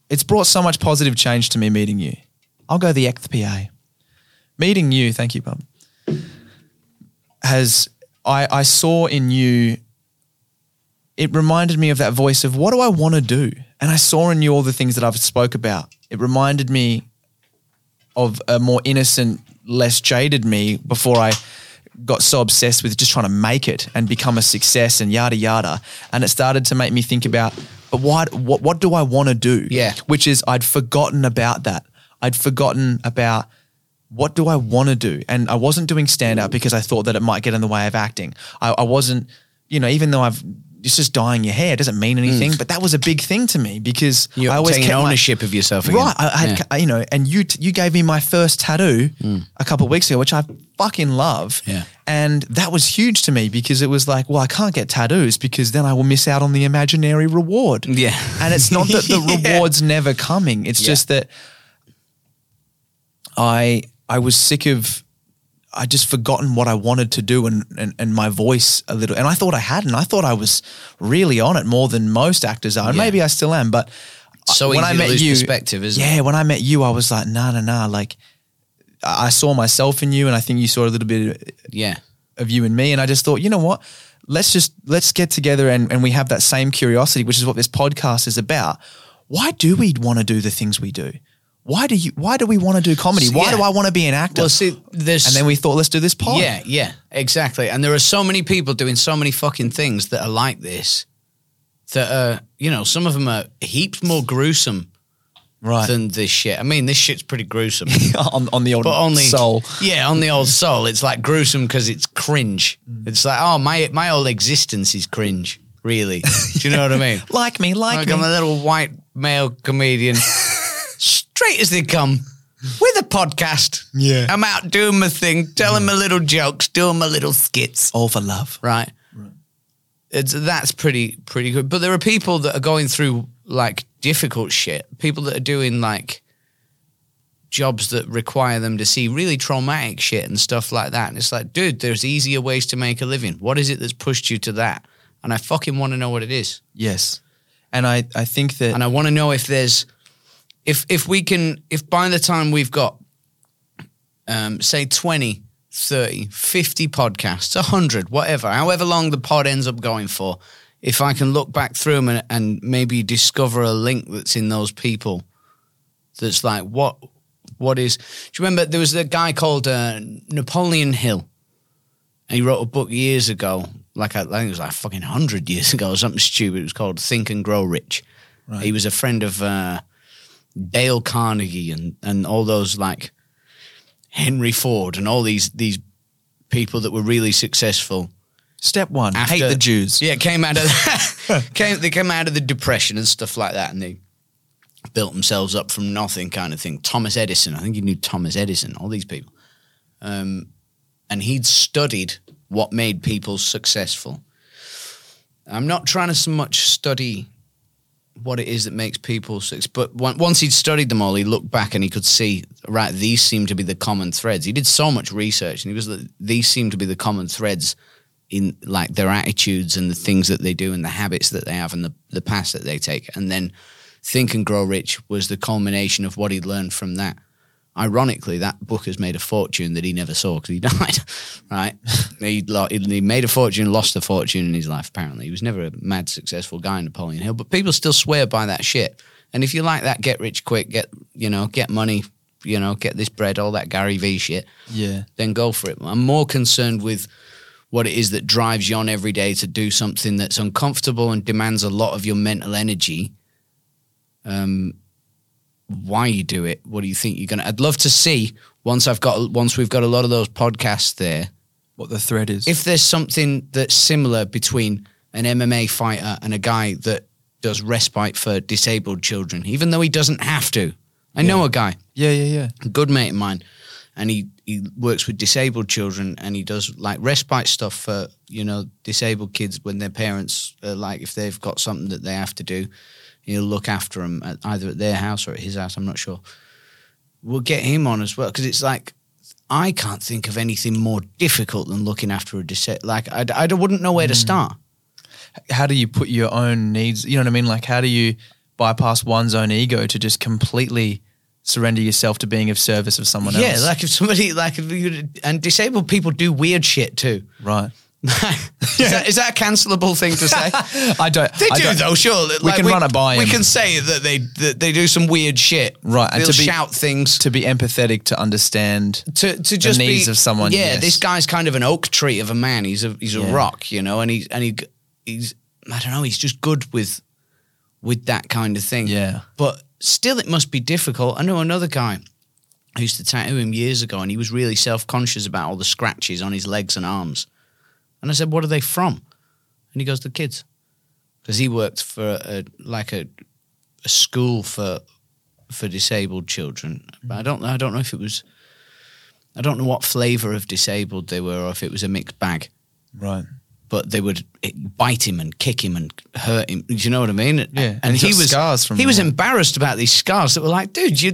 D: it's brought so much positive change to me meeting you. I'll go the ecth PA. Meeting you, thank you, Bob. Has I, I saw in you it reminded me of that voice of what do I want to do? And I saw in you all the things that I've spoke about. It reminded me of a more innocent, less jaded me before I got so obsessed with just trying to make it and become a success and yada yada. And it started to make me think about, but why? What, what do I want to do?
A: Yeah.
D: which is I'd forgotten about that. I'd forgotten about what do I want to do? And I wasn't doing stand
A: Mm.
D: up because I thought that it might get in the way of acting. I, I wasn't, you know, even though I've. It's just dyeing your hair. It doesn't mean anything, but that was a big thing to me because
A: Mm. You're
D: I always
A: taking
D: kept my-
A: ownership of yourself again.
D: Right. I, I had,
A: Yeah. Mm.
D: ca- you know, and you t- you gave me my first tattoo a couple of weeks ago, which I fucking love.
A: Yeah.
D: And that was huge to me because it was like, well, I can't get tattoos because then I will miss out on the imaginary reward.
A: Yeah.
D: And it's not that the reward's never coming. It's just that I I was sick of I just forgotten what I wanted to do and, and and my voice a little. And I thought I had, and I thought I was really on it more than most actors are. And maybe I still am, but I-
A: So
D: when
A: easy
D: I
A: to
D: met
A: lose
D: you,
A: perspective, isn't
D: yeah, when I met you, I was like, nah, nah, nah. Like I I saw myself in you, and I think you saw a little bit
A: *laughs* Yeah.
D: of you and me and i just thought you know what let's just let's get together and, and we have that same curiosity which is what this podcast is about why do we want to do the things we do why do you why do we want to do comedy
A: So,
D: why
A: yeah.
D: do i want to be an actor
A: Well, see, there's
D: and then we thought let's do this pod
A: Yeah, yeah, exactly. And there are so many people doing so many fucking things that are like this. That are, you know, some of them are heaps more gruesome
D: right
A: than this shit. I mean, this shit's pretty gruesome,
D: *laughs*
A: *laughs*
D: on, on the old
A: but only
D: soul
A: Yeah, on the old soul, it's like gruesome because it's cringe. It's like, oh, my my whole existence is cringe. Really? Do you know what I mean?
D: like me
A: *laughs*
D: like,
A: Like
D: me
A: I'm a little white male comedian, *laughs* straight as they come, with a podcast.
D: Yeah.
A: I'm out doing my thing, telling my little jokes, doing my little skits.
D: all for love
A: Right. It's, that's pretty pretty good. But there are people that are going through like difficult shit. People that are doing like jobs that require them to see really traumatic shit and stuff like that. And it's like, dude, there's easier ways to make a living. What is it that's pushed you to that? And I fucking want to know what it is
D: yes and i i think that
A: and I want to know if there's if if we can if by the time we've got um say 20 30 50 podcasts 100 whatever however long the pod ends up going for if I can look back through them and, and maybe discover a link that's in those people that's like what what is do you remember there was a guy called uh, Napoleon Hill and he wrote a book years ago, like I, I think it was like fucking hundred years ago or something stupid. It was called Think and Grow Rich. He was a friend of uh, Dale Carnegie and and all those like Henry Ford and all these these people that were really successful.
D: step one hate
A: after-
D: the jews
A: Yeah, it came out of *laughs* came they came out of the depression and stuff like that, and they built themselves up from nothing, kind of thing. Thomas Edison, I think you knew Thomas Edison. All these people, um, and he'd studied what made people successful. I'm not trying to so much study what it is that makes people successful, but on- once he'd studied them all, he looked back and he could see right these seem to be the common threads. He did so much research, and he was like, these seem to be the common threads in like their attitudes and the things that they do and the habits that they have and the, the paths that they take. And then Think and Grow Rich was the culmination of what he learned from that. Ironically, that book has made a fortune that he never saw because he *laughs* died, right? he, lo- he made a fortune, lost a fortune in his life, apparently. He was never a mad successful guy, Napoleon Hill, but people still swear by that shit. And if you like that, get rich quick, get, you know, get money, you know, get this bread, all that Gary Vee shit
D: yeah
A: then go for it. I'm more concerned with what it is that drives you on every day to do something that's uncomfortable and demands a lot of your mental energy. Um, why you do it? What do you think you're gonna? I'd love to see once I've got once we've got a lot of those podcasts there.
D: what the thread is
A: If there's something that's similar between an MMA fighter and a guy that does respite for disabled children, even though he doesn't have to. I know a guy
D: yeah yeah yeah
A: a good mate of mine, and he, he works with disabled children and he does like respite stuff for you know disabled kids when their parents are like if they've got something that they have to do, he'll look after them at, either at their house or at his house. I'm not sure. We'll get him on as well because it's like I can't think of anything more difficult than looking after a disabled. Like I, I wouldn't know where to start.
D: how do you put your own needs you know what i mean like how do you bypass one's own ego to just completely surrender yourself to being of service of someone
A: Yeah,
D: else
A: like if somebody like if you, and disabled people do weird shit too. *laughs*
D: right
A: is, that, is that a cancelable thing to say?
D: i don't
A: They
D: I
A: do
D: don't-
A: though, sure. We
D: can run it by
A: We
D: 'em.
A: can say that they that they do some weird shit,
D: Right, and
A: They'll
D: to be-
A: shout things
D: to be empathetic to understand
A: to to just
D: needs
A: be,
D: of someone,
A: Yeah,
D: yes.
A: this guy's kind of an oak tree of a man. He's a he's a
D: Yeah.
A: rock, you know, and he and he he's I don't know. He's just good with with that kind of thing.
D: Yeah.
A: but still, it must be difficult. I know another guy who used to tattoo him years ago, and he was really self conscious about all the scratches on his legs and arms. And I said, "What are they from?" And he goes, "The kids," because he worked for a, a like a, a school for for disabled children. But I don't I don't know if it was I don't know what flavour of disabled they were, or if it was a mixed bag.
D: right
A: But they would eh, bite him and kick him and hurt him. Do you know what I mean?
D: Yeah, and he's got scars from
A: he was
D: them.
A: embarrassed about these scars that were like, dude, you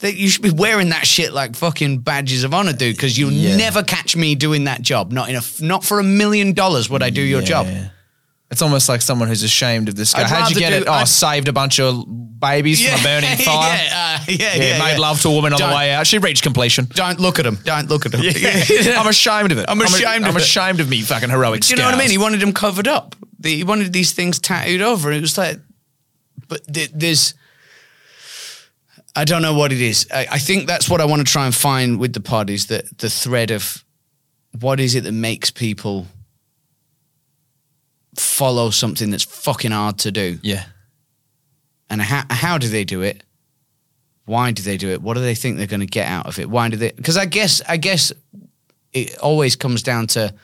A: That you should be wearing that shit like fucking badges of honor, dude. Because you'll
D: Yeah.
A: never catch me doing that job. Not in a, f- not for a million dollars would I do your job.
D: Yeah. It's almost like someone who's ashamed of this guy.
A: I'd
D: How'd
A: rather
D: you get
A: do-
D: it? Oh,
A: I'd-
D: saved a bunch of babies from a burning
A: *laughs*
D: fire.
A: Yeah, uh, yeah,
D: Yeah,
A: yeah,
D: made
A: yeah.
D: love to a woman on
A: Don't-
D: the way out. She reached
A: *laughs*
D: completion.
A: Don't look at him. Don't look at him.
D: *laughs* I'm ashamed of it.
A: I'm ashamed
D: I'm,
A: of it.
D: ashamed of me fucking heroic
A: Do you know what I
D: scars.
A: mean? He wanted them covered up. The- He wanted these things tattooed over. It was like, but th- there's, I don't know what it is. I, I think that's what I want to try and find with the pod is that the thread of what is it that makes people follow something that's fucking hard to do,
D: Yeah.
A: and how how do they do it? Why do they do it? What do they think they're going to get out of it? Why do they? Because I guess I guess it always comes down to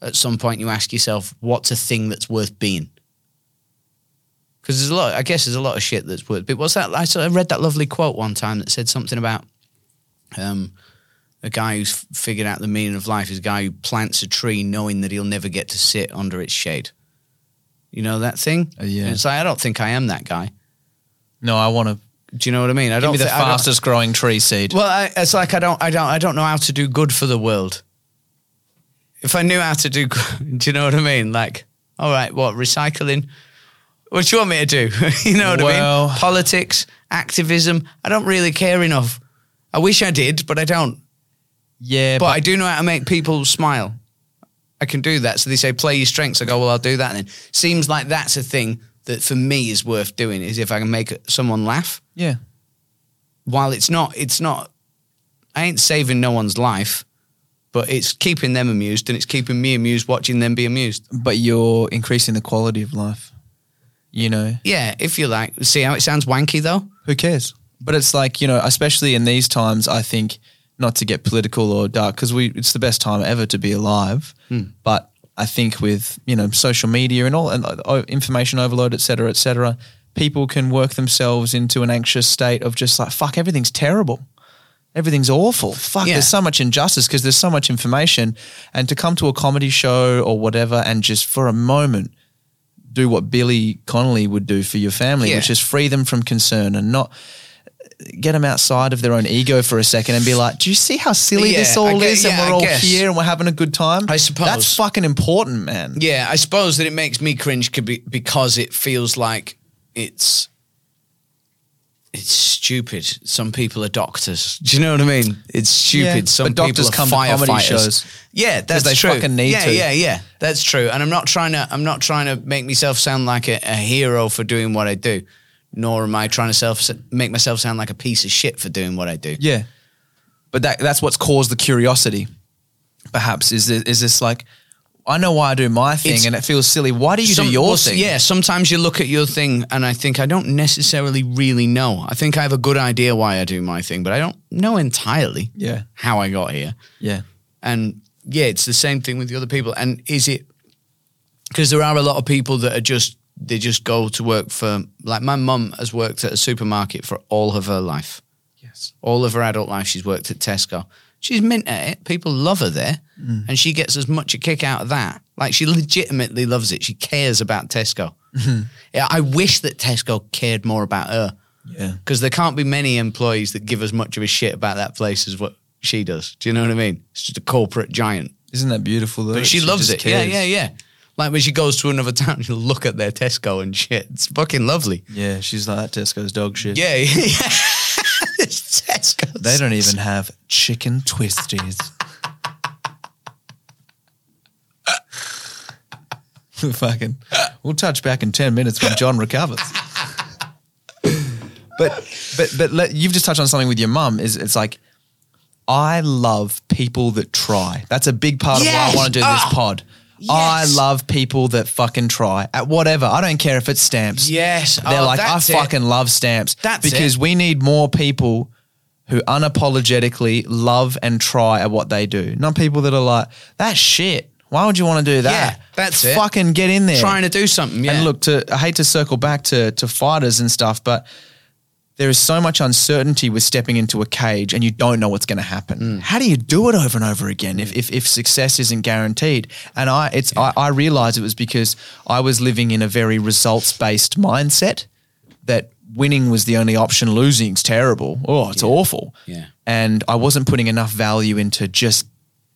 A: at some point you ask yourself what's a thing that's worth being because there's a lot i guess there's a lot of shit that's worth but what's that i saw- I read that lovely quote one time that said something about um, a guy who's f- figured out the meaning of life is a guy who plants a tree knowing that he'll never get to sit under its shade you know that thing
D: Uh, yeah.
A: And it's like i don't think i am that guy
D: No, I want to
A: do you know what i mean i
D: give
A: don't
D: me the
A: thi- I don't-
D: fastest growing tree seed.
A: well, I, it's like I don't, I don't, I don't know how to do good for the world. If I knew how to do, good, *laughs* do you know what I mean? Like, all right, what recycling? What do you want me to do? *laughs* you know what I
D: Well-
A: mean? Politics, activism. I don't really care enough. I wish I did, but I don't.
D: yeah,
A: But I do know how to make people smile. I can do that. So they say play your strengths. I go, well, I'll do that then. Seems like that's a thing that for me is worth doing. Is if I can make someone laugh
D: yeah.
A: while it's not it's not I ain't saving no one's life, but it's keeping them amused and it's keeping me amused watching them be amused.
D: But you're increasing the quality of life. You know,
A: Yeah, if you like. See how it sounds wanky though?
D: who cares? But it's like, you know, especially in these times, I think not to get political or dark because we it's the best time ever to be alive. But I think with, you know, social media and all and uh, oh, information overload, et cetera, et cetera, people can work themselves into an anxious state of just like, fuck, everything's terrible. Everything's awful. Fuck,
A: Yeah.
D: there's so much injustice because there's so much information. And to come to a comedy show or whatever and just for a moment do what Billy Connolly would do for your family,
A: Yeah.
D: which is free them from concern and not get them outside of their own ego for a second and be like, do you see how silly
A: Yeah,
D: this
A: I
D: all
A: gue-
D: is?
A: yeah,
D: and
A: I
D: we're all
A: guess.
D: here and we're having a good time.
A: I suppose.
D: That's fucking important, man.
A: Yeah, I suppose that it makes me cringe could be- because it feels like it's it's stupid. Some people are doctors. *laughs* Do you know what I mean? It's stupid.
D: Yeah,
A: Some
D: but doctors
A: people
D: come
A: are
D: to comedy
A: firefighters.
D: shows
A: Yeah, that's
D: they
A: true.
D: fucking need
A: yeah,
D: to.
A: yeah, yeah. That's true. And I'm not trying to. I'm not trying to make myself sound like a, a hero for doing what I do. Nor am I trying to self make myself sound like a piece of shit for doing what I do.
D: Yeah. But that that's what's caused the curiosity, perhaps, is this, is this like, I know why I do my thing
A: It's-
D: and it feels silly. Why do you
A: Some-
D: do your
A: well, s-
D: thing?
A: Yeah, sometimes you look at your thing and I think I don't necessarily really know. I think I have a good idea why I do my thing, but I don't know entirely
D: Yeah.
A: how I got here.
D: Yeah.
A: And yeah, it's the same thing with the other people. And is it because there are a lot of people that are just they just go to work for like my mum has worked at a supermarket for all of her life.
D: Yes.
A: All of her adult life, she's worked at Tesco. She's mint at it. People love her there,
D: Mm.
A: and she gets as much a kick out of that. Like she legitimately loves it. She cares about Tesco.
D: Mm-hmm.
A: Yeah, I wish that Tesco cared more about her
D: Yeah.
A: because there can't be many employees that give as much of a shit about that place as what she does. Do you know what I mean? It's just a corporate giant.
D: Isn't that beautiful though?
A: But she, loves it.
D: just cares.
A: Yeah, yeah, yeah. Like when she goes to another *laughs* town, she'll look at their Tesco and shit. It's fucking lovely.
D: Yeah, she's like that Tesco's dog shit.
A: Yeah, *laughs* yeah. it's Tesco.
D: They don't even have chicken twisties. *laughs* Fucking. We'll touch back in 10 minutes when John recovers. but but but let, you've just touched on something with your mum is it's like I love people that try. That's a big part of
A: Yes!
D: why I want to do this
A: Ah!
D: pod. I love people that fucking try at whatever. I don't care if it's stamps.
A: Yes.
D: They're
A: Oh,
D: like, I
A: that's it.
D: fucking love stamps.
A: That's
D: because
A: it.
D: we need more people who unapologetically love and try at what they do. Not people that are like, that shit. Why would you want to do that?
A: Yeah, that's it.
D: Fucking get in there.
A: trying to do something. Yeah.
D: And look, to I hate to circle back to to fighters and stuff, but there is so much uncertainty with stepping into a cage and you don't know what's going to happen.
A: Mm.
D: How do you do it over and over again if, if, if success isn't guaranteed? And I it's I, I realized it was because I was living in a very results based mindset that winning was the only option. Losing's terrible. Oh, it's awful.
A: Yeah.
D: And I wasn't putting enough value into just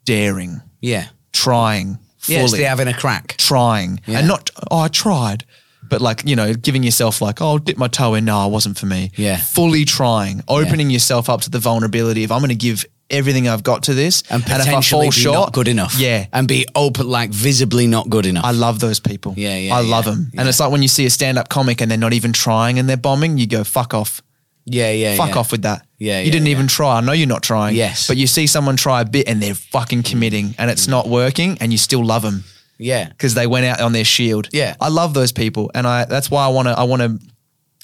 D: daring,
A: Yeah.
D: trying, fully
A: Yeah, it's the having a crack.
D: trying
A: Yeah.
D: and not oh I tried, but like you know giving yourself like oh dip my toe in no it wasn't for me.
A: Yeah.
D: fully trying, opening yourself up to the vulnerability of I'm going to give everything I've got to this,
A: And potentially be not good enough.
D: yeah.
A: And be open, like visibly not good enough.
D: I love those people.
A: Yeah, yeah,
D: I love
A: yeah,
D: them. And it's like when you see a stand-up comic and they're not even trying and they're bombing, you go fuck off,
A: yeah, yeah.
D: fuck
A: yeah.
D: off with that.
A: Yeah,
D: you
A: yeah,
D: didn't
A: yeah.
D: even try. I know you're not trying.
A: Yes. Mm.
D: but you see someone try a bit and they're fucking committing and it's not working and you still love them.
A: Yeah.
D: because they went out on their shield.
A: Yeah.
D: I love those people, and I that's why I want to I want to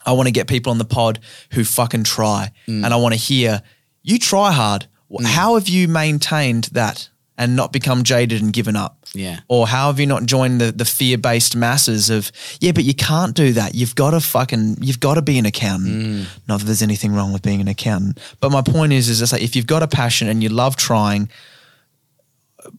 D: I want to get people on the pod who fucking try,
A: Mm.
D: and I want to hear you try hard. Wh- How have you maintained that and not become jaded and given up?
A: Yeah.
D: Or how have you not joined the, the fear based masses of yeah, but you can't do that. You've got to fucking you've got to be an accountant.
A: Mm.
D: Not that there's anything wrong with being an accountant, but my point is is it's like if you've got a passion and you love trying,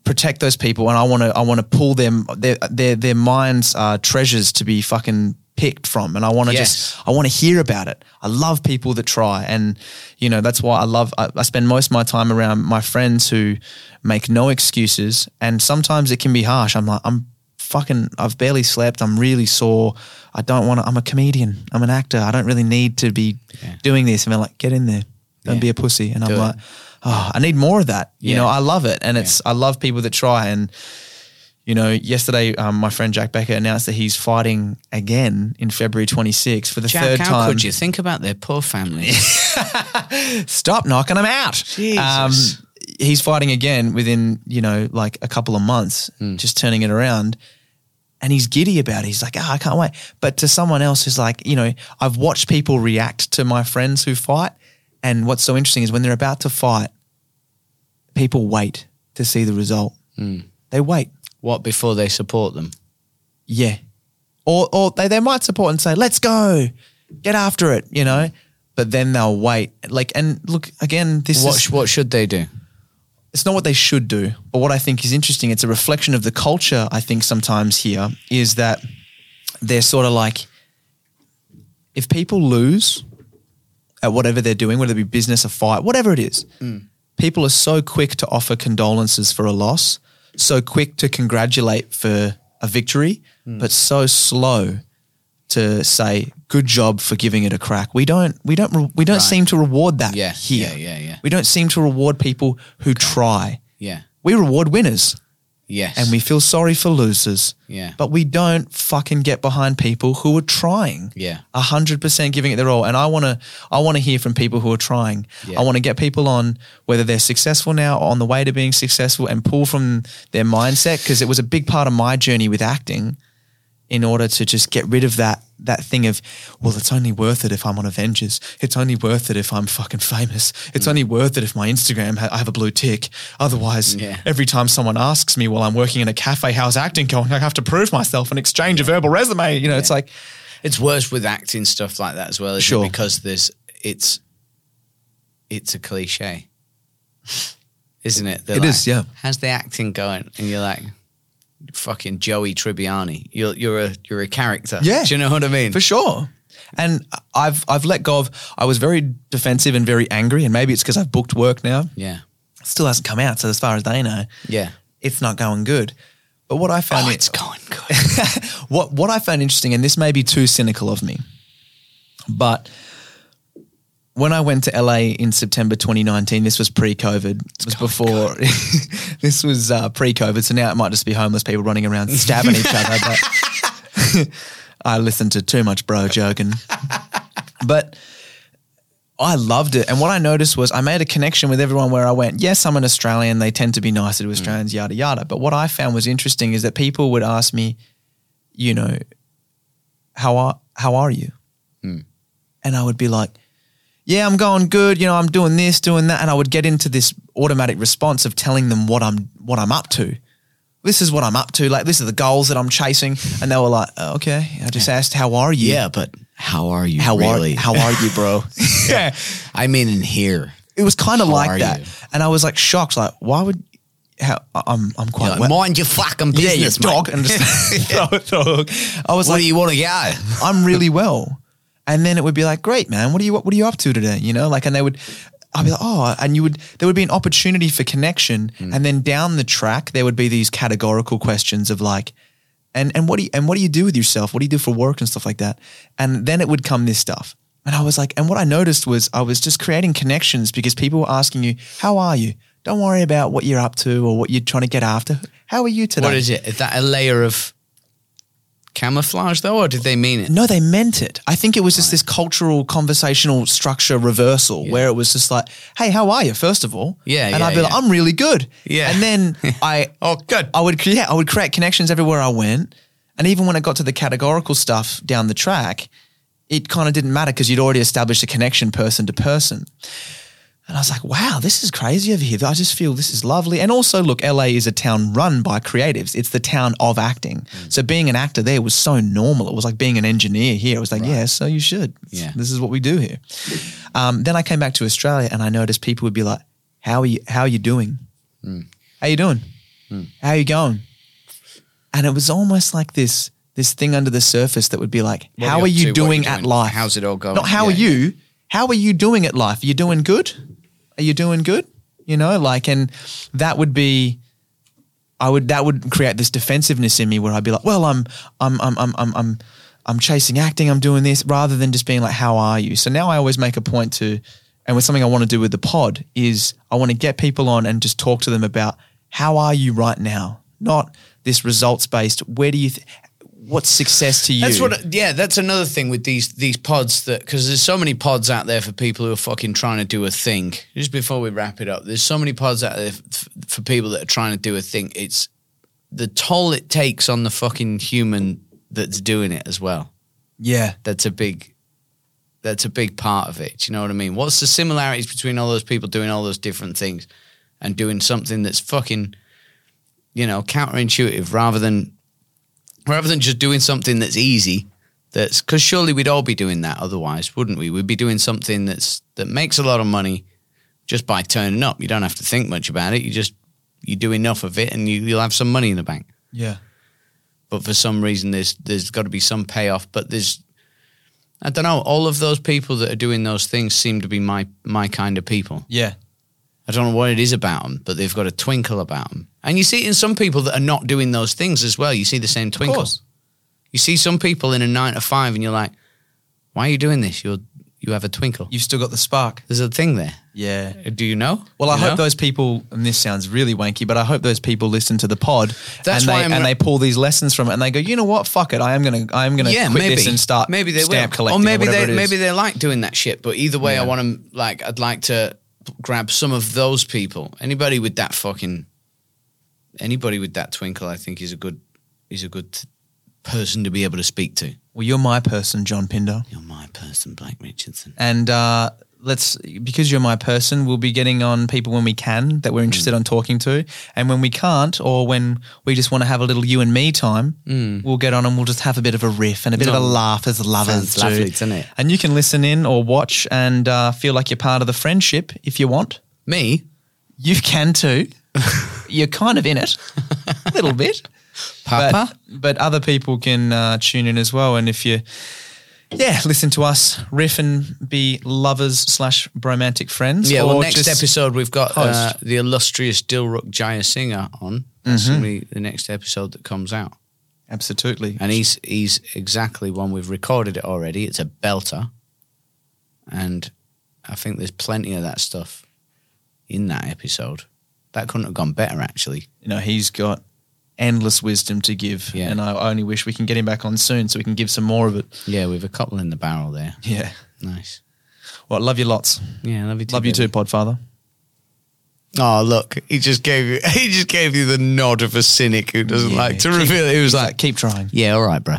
D: protect those people and I want to I want to pull them their their their minds are treasures to be fucking picked from and I want to
A: Yes.
D: just I want to hear about it. I love people that try and you know that's why I love I, I spend most of my time around my friends who make no excuses and sometimes it can be harsh. I'm like I'm fucking I've barely slept. I'm really sore. I don't want to I'm a comedian. I'm an actor. I don't really need to be doing this and they're like get in there. Don't be a pussy and I'm
A: it.
D: like oh, I need more of that. You
A: Yeah.
D: know, I love it, and it's I love people that try. And you know, yesterday um, my friend Jack Becker announced that he's fighting again in February 26 for the
A: Jack,
D: third
A: how
D: time.
A: could you think about their poor family?
D: *laughs* Stop knocking him out. Um,
A: Jesus.
D: he's fighting again within you know like a couple of months,
A: Hmm.
D: just turning it around. And he's giddy about it. He's like, ah, I can't wait. But to someone else who's like, you know, I've watched people react to my friends who fight. And what's so interesting is when they're about to fight, people wait to see the result.
A: Hmm.
D: They wait.
A: what before they support them?
D: Yeah. Or or they, they might support and say, let's go, get after it, you know? But then they'll wait. Like, and look, again, this
A: What,
D: is,
A: sh- what should they do?
D: it's not what they should do. But what I think is interesting, it's a reflection of the culture, I think, sometimes here, is that they're sort of like, if people lose at whatever they're doing, whether it be business, a fight, whatever it is,
A: Mm.
D: people are so quick to offer condolences for a loss, so quick to congratulate for a victory,
A: Mm.
D: but so slow to say good job for giving it a crack. We don't we don't re- we don't seem to reward that
A: Yeah,
D: here.
A: yeah, yeah, yeah.
D: We don't seem to reward people who try.
A: Yeah.
D: We reward winners
A: Yes.
D: and we feel sorry for losers.
A: Yeah.
D: But we don't fucking get behind people who are trying.
A: Yeah.
D: A hundred percent giving it their all. And I wanna I wanna hear from people who are trying.
A: Yeah.
D: I wanna get people on whether they're successful now or on the way to being successful and pull from their mindset because it was a big part of my journey with acting in order to just get rid of that that thing of well it's only worth it if i'm on avengers it's only worth it if i'm fucking famous it's
A: Mm.
D: only worth it if my instagram ha- i have a blue tick otherwise
A: Yeah.
D: every time someone asks me while i'm working in a cafe how's acting going i have to prove myself and exchange a verbal resume you know it's like
A: It's worse with acting stuff like that as well, isn't
D: Sure.
A: it? Because there's it's it's a cliche, isn't it? They're
D: It is, yeah.
A: How's the acting going? And you're like, fucking Joey Tribbiani. You're you're a you're a character.
D: Yeah.
A: Do you know what I mean?
D: for sure and i've i've let go of i was very defensive and very angry and maybe it's because i've booked work now
A: Yeah.
D: It still hasn't come out so as far as they know
A: Yeah.
D: it's not going good but what i found
A: Oh,
D: it-
A: it's going good.
D: *laughs* what what I found interesting, and this may be too cynical of me, but when I went to LA in September 2019, this was pre-COVID. It was
A: Oh,
D: before. *laughs* this was uh, pre-COVID, so now it might just be homeless people running around stabbing each other. But
A: *laughs*
D: *laughs* I listened to too much bro jargon, but. I loved it. And what I noticed was I made a connection with everyone where I went, yes, I'm an Australian. They tend to be nicer to Australians, yada, yada. But what I found was interesting is that people would ask me, you know, how are how are you? And I would be like, yeah, I'm going good. You know, I'm doing this, doing that, and I would get into this automatic response of telling them what I'm what I'm up to. This is what I'm up to. Like, this are the goals that I'm chasing. And they were like, "Oh, okay. I just asked, how are you?
A: yeah, but how are you?
D: How
A: really?
D: are how are you,
A: *laughs*
D: bro? yeah.
A: I mean, in here,
D: *laughs* It was kind of
A: are
D: like that,
A: you?
D: and I was like shocked. Like, why would? How, I'm I'm quite
A: Like,
D: well.
A: mind your fucking
D: yeah,
A: business,
D: you
A: mate. *laughs*
D: *laughs* dog. And just throw it, throw it. I
A: What
D: was like, *laughs*
A: do you want to go?
D: I'm really well. And then it would be like, great, man, what are you what are you up to today? You know, like, and they would, I'd be like, oh, and you would, there would be an opportunity for connection. And then down the track, there would be these categorical questions of like, and and what do you and what do you do with yourself? What do you do for work and stuff like that? And then it would come this stuff. And I was like, and what I noticed was I was just creating connections because people were asking you, how are you? Don't worry about what you're up to or what you're trying to get after. How are you today?
A: What is it? Is that a layer of camouflage though, or did they mean it?
D: No, they meant it. I think it was just this cultural conversational structure reversal where it was just like, "Hey, how are you?" First of all,
A: Yeah,
D: and
A: yeah,
D: I'd be like,
A: yeah.
D: "I'm really good."
A: Yeah. *laughs*
D: and then I,
A: Oh, good.
D: I would, cre- yeah, I would create connections everywhere I went, and even when it got to the categorical stuff down the track, it kind of didn't matter because you'd already established a connection person to person. And I was like, wow, this is crazy over here. I just feel this is lovely. And also, look, LA is a town run by creatives. It's the town of acting.
A: Mm.
D: So being an actor there was so normal. It was like being an engineer here. It was like, yeah, so you should.
A: Yeah.
D: This is what we do here. Um, then I came back to Australia and I noticed people would be like, how are you, how are you doing?
A: Hmm.
D: How you doing? How you going? And it was almost like this, this thing under the surface that would be like,
A: What
D: how
A: you
D: are
A: up
D: you
A: to? What
D: doing at life?
A: How's it all going?
D: Not how
A: Yeah,
D: are you. How are you doing at life? Are you doing good? Are you doing good? You know, like, and that would be, I would that would create this defensiveness in me where I'd be like, well, I'm I'm I'm I'm I'm I'm, I'm chasing acting, I'm doing this, rather than just being like, how are you? So now I always make a point to, and with something I want to do with the pod is I want to get people on and just talk to them about how are you right now, not this results based. Where do you, th- what's success to you?
A: That's what. Yeah, that's another thing with these these pods that because there's so many pods out there for people who are fucking trying to do a thing. Just before we wrap it up, there's so many pods out there f- for people that are trying to do a thing. It's the toll it takes on the fucking human that's doing it as well.
D: yeah.
A: That's a big. That's a big part of it. Do you know what I mean? What's the similarities between all those people doing all those different things and doing something that's fucking, you know, counterintuitive rather than rather than just doing something that's easy that's because surely we'd all be doing that otherwise wouldn't we we'd be doing something that's that makes a lot of money just by turning up you don't have to think much about it you just you do enough of it and you, you'll have some money in the bank
D: Yeah.
A: but for some reason there's there's got to be some payoff but there's i don't know all of those people that are doing those things seem to be my my kind of people
D: Yeah.
A: I don't know what it is about them, but they've got a twinkle about them. And you see it in some people that are not doing those things as well. You see the same twinkle.
D: course.
A: You see some people in a nine to five, and you're like, "Why are you doing this? You're you have a twinkle.
D: You've still got the spark.
A: There's a thing there.
D: Yeah.
A: Do you know?
D: Well, I
A: You
D: hope
A: know?
D: those people, and this sounds really wanky, but I hope those people listen to the pod
A: That's
D: and,
A: why
D: they,
A: I'm
D: and
A: not-
D: they pull these lessons from it and they go, you know what? Fuck it. I am going to, I am going to
A: yeah,
D: quit
A: maybe
D: this and start
A: maybe they
D: stamp
A: will.
D: collecting.
A: or maybe they
D: whatever it is.
A: maybe they like doing that shit. But either way, I want to like I'd like to grab some of those people. Anybody with that fucking anybody with that twinkle, I think is a good is a good person to be able to speak to.
D: Well, you're my person, John Pinder.
A: You're my person, Blake Richardson.
D: And uh, let's, because you're my person, we'll be getting on people when we can that we're
A: Mm.
D: interested on talking to. And when we can't, or when we just want to have a little you and me time,
A: Mm.
D: we'll get on and we'll just have a bit of a riff and a bit of a
A: No.
D: laugh as lovers
A: Sounds
D: do.
A: lovely, doesn't it?
D: And you can listen in or watch and uh, feel like you're part of the friendship if you want.
A: Me?
D: You can
A: *laughs*
D: too. You're kind of in it, a little bit.
A: Papa?
D: But, but other people can uh, tune in as well. And if you, yeah, listen to us riff and be lovers slash romantic friends.
A: yeah, well,
D: or
A: next
D: just-
A: episode we've got uh,
D: host.
A: the illustrious Dilruk Jaya Singer on. That's
D: Mm-hmm.
A: gonna be the next episode that comes out.
D: Absolutely.
A: And he's he's exactly one we've recorded it already. It's a belter. And I think there's plenty of that stuff in that episode. That couldn't have gone better actually.
D: you know, he's got endless wisdom to give.
A: Yeah.
D: And I only wish we can get him back on soon so we can give some more of it.
A: Yeah, we've a couple in the barrel there.
D: Yeah.
A: Nice.
D: Well, love you lots.
A: Yeah, love you too.
D: Love you
A: baby.
D: too, Podfather.
A: Oh look, he just gave you *laughs* he just gave you the nod of a cynic who doesn't
D: Yeah,
A: like to
D: keep-
A: reveal it. He was like
D: Keep trying.
A: Yeah, all right, bro.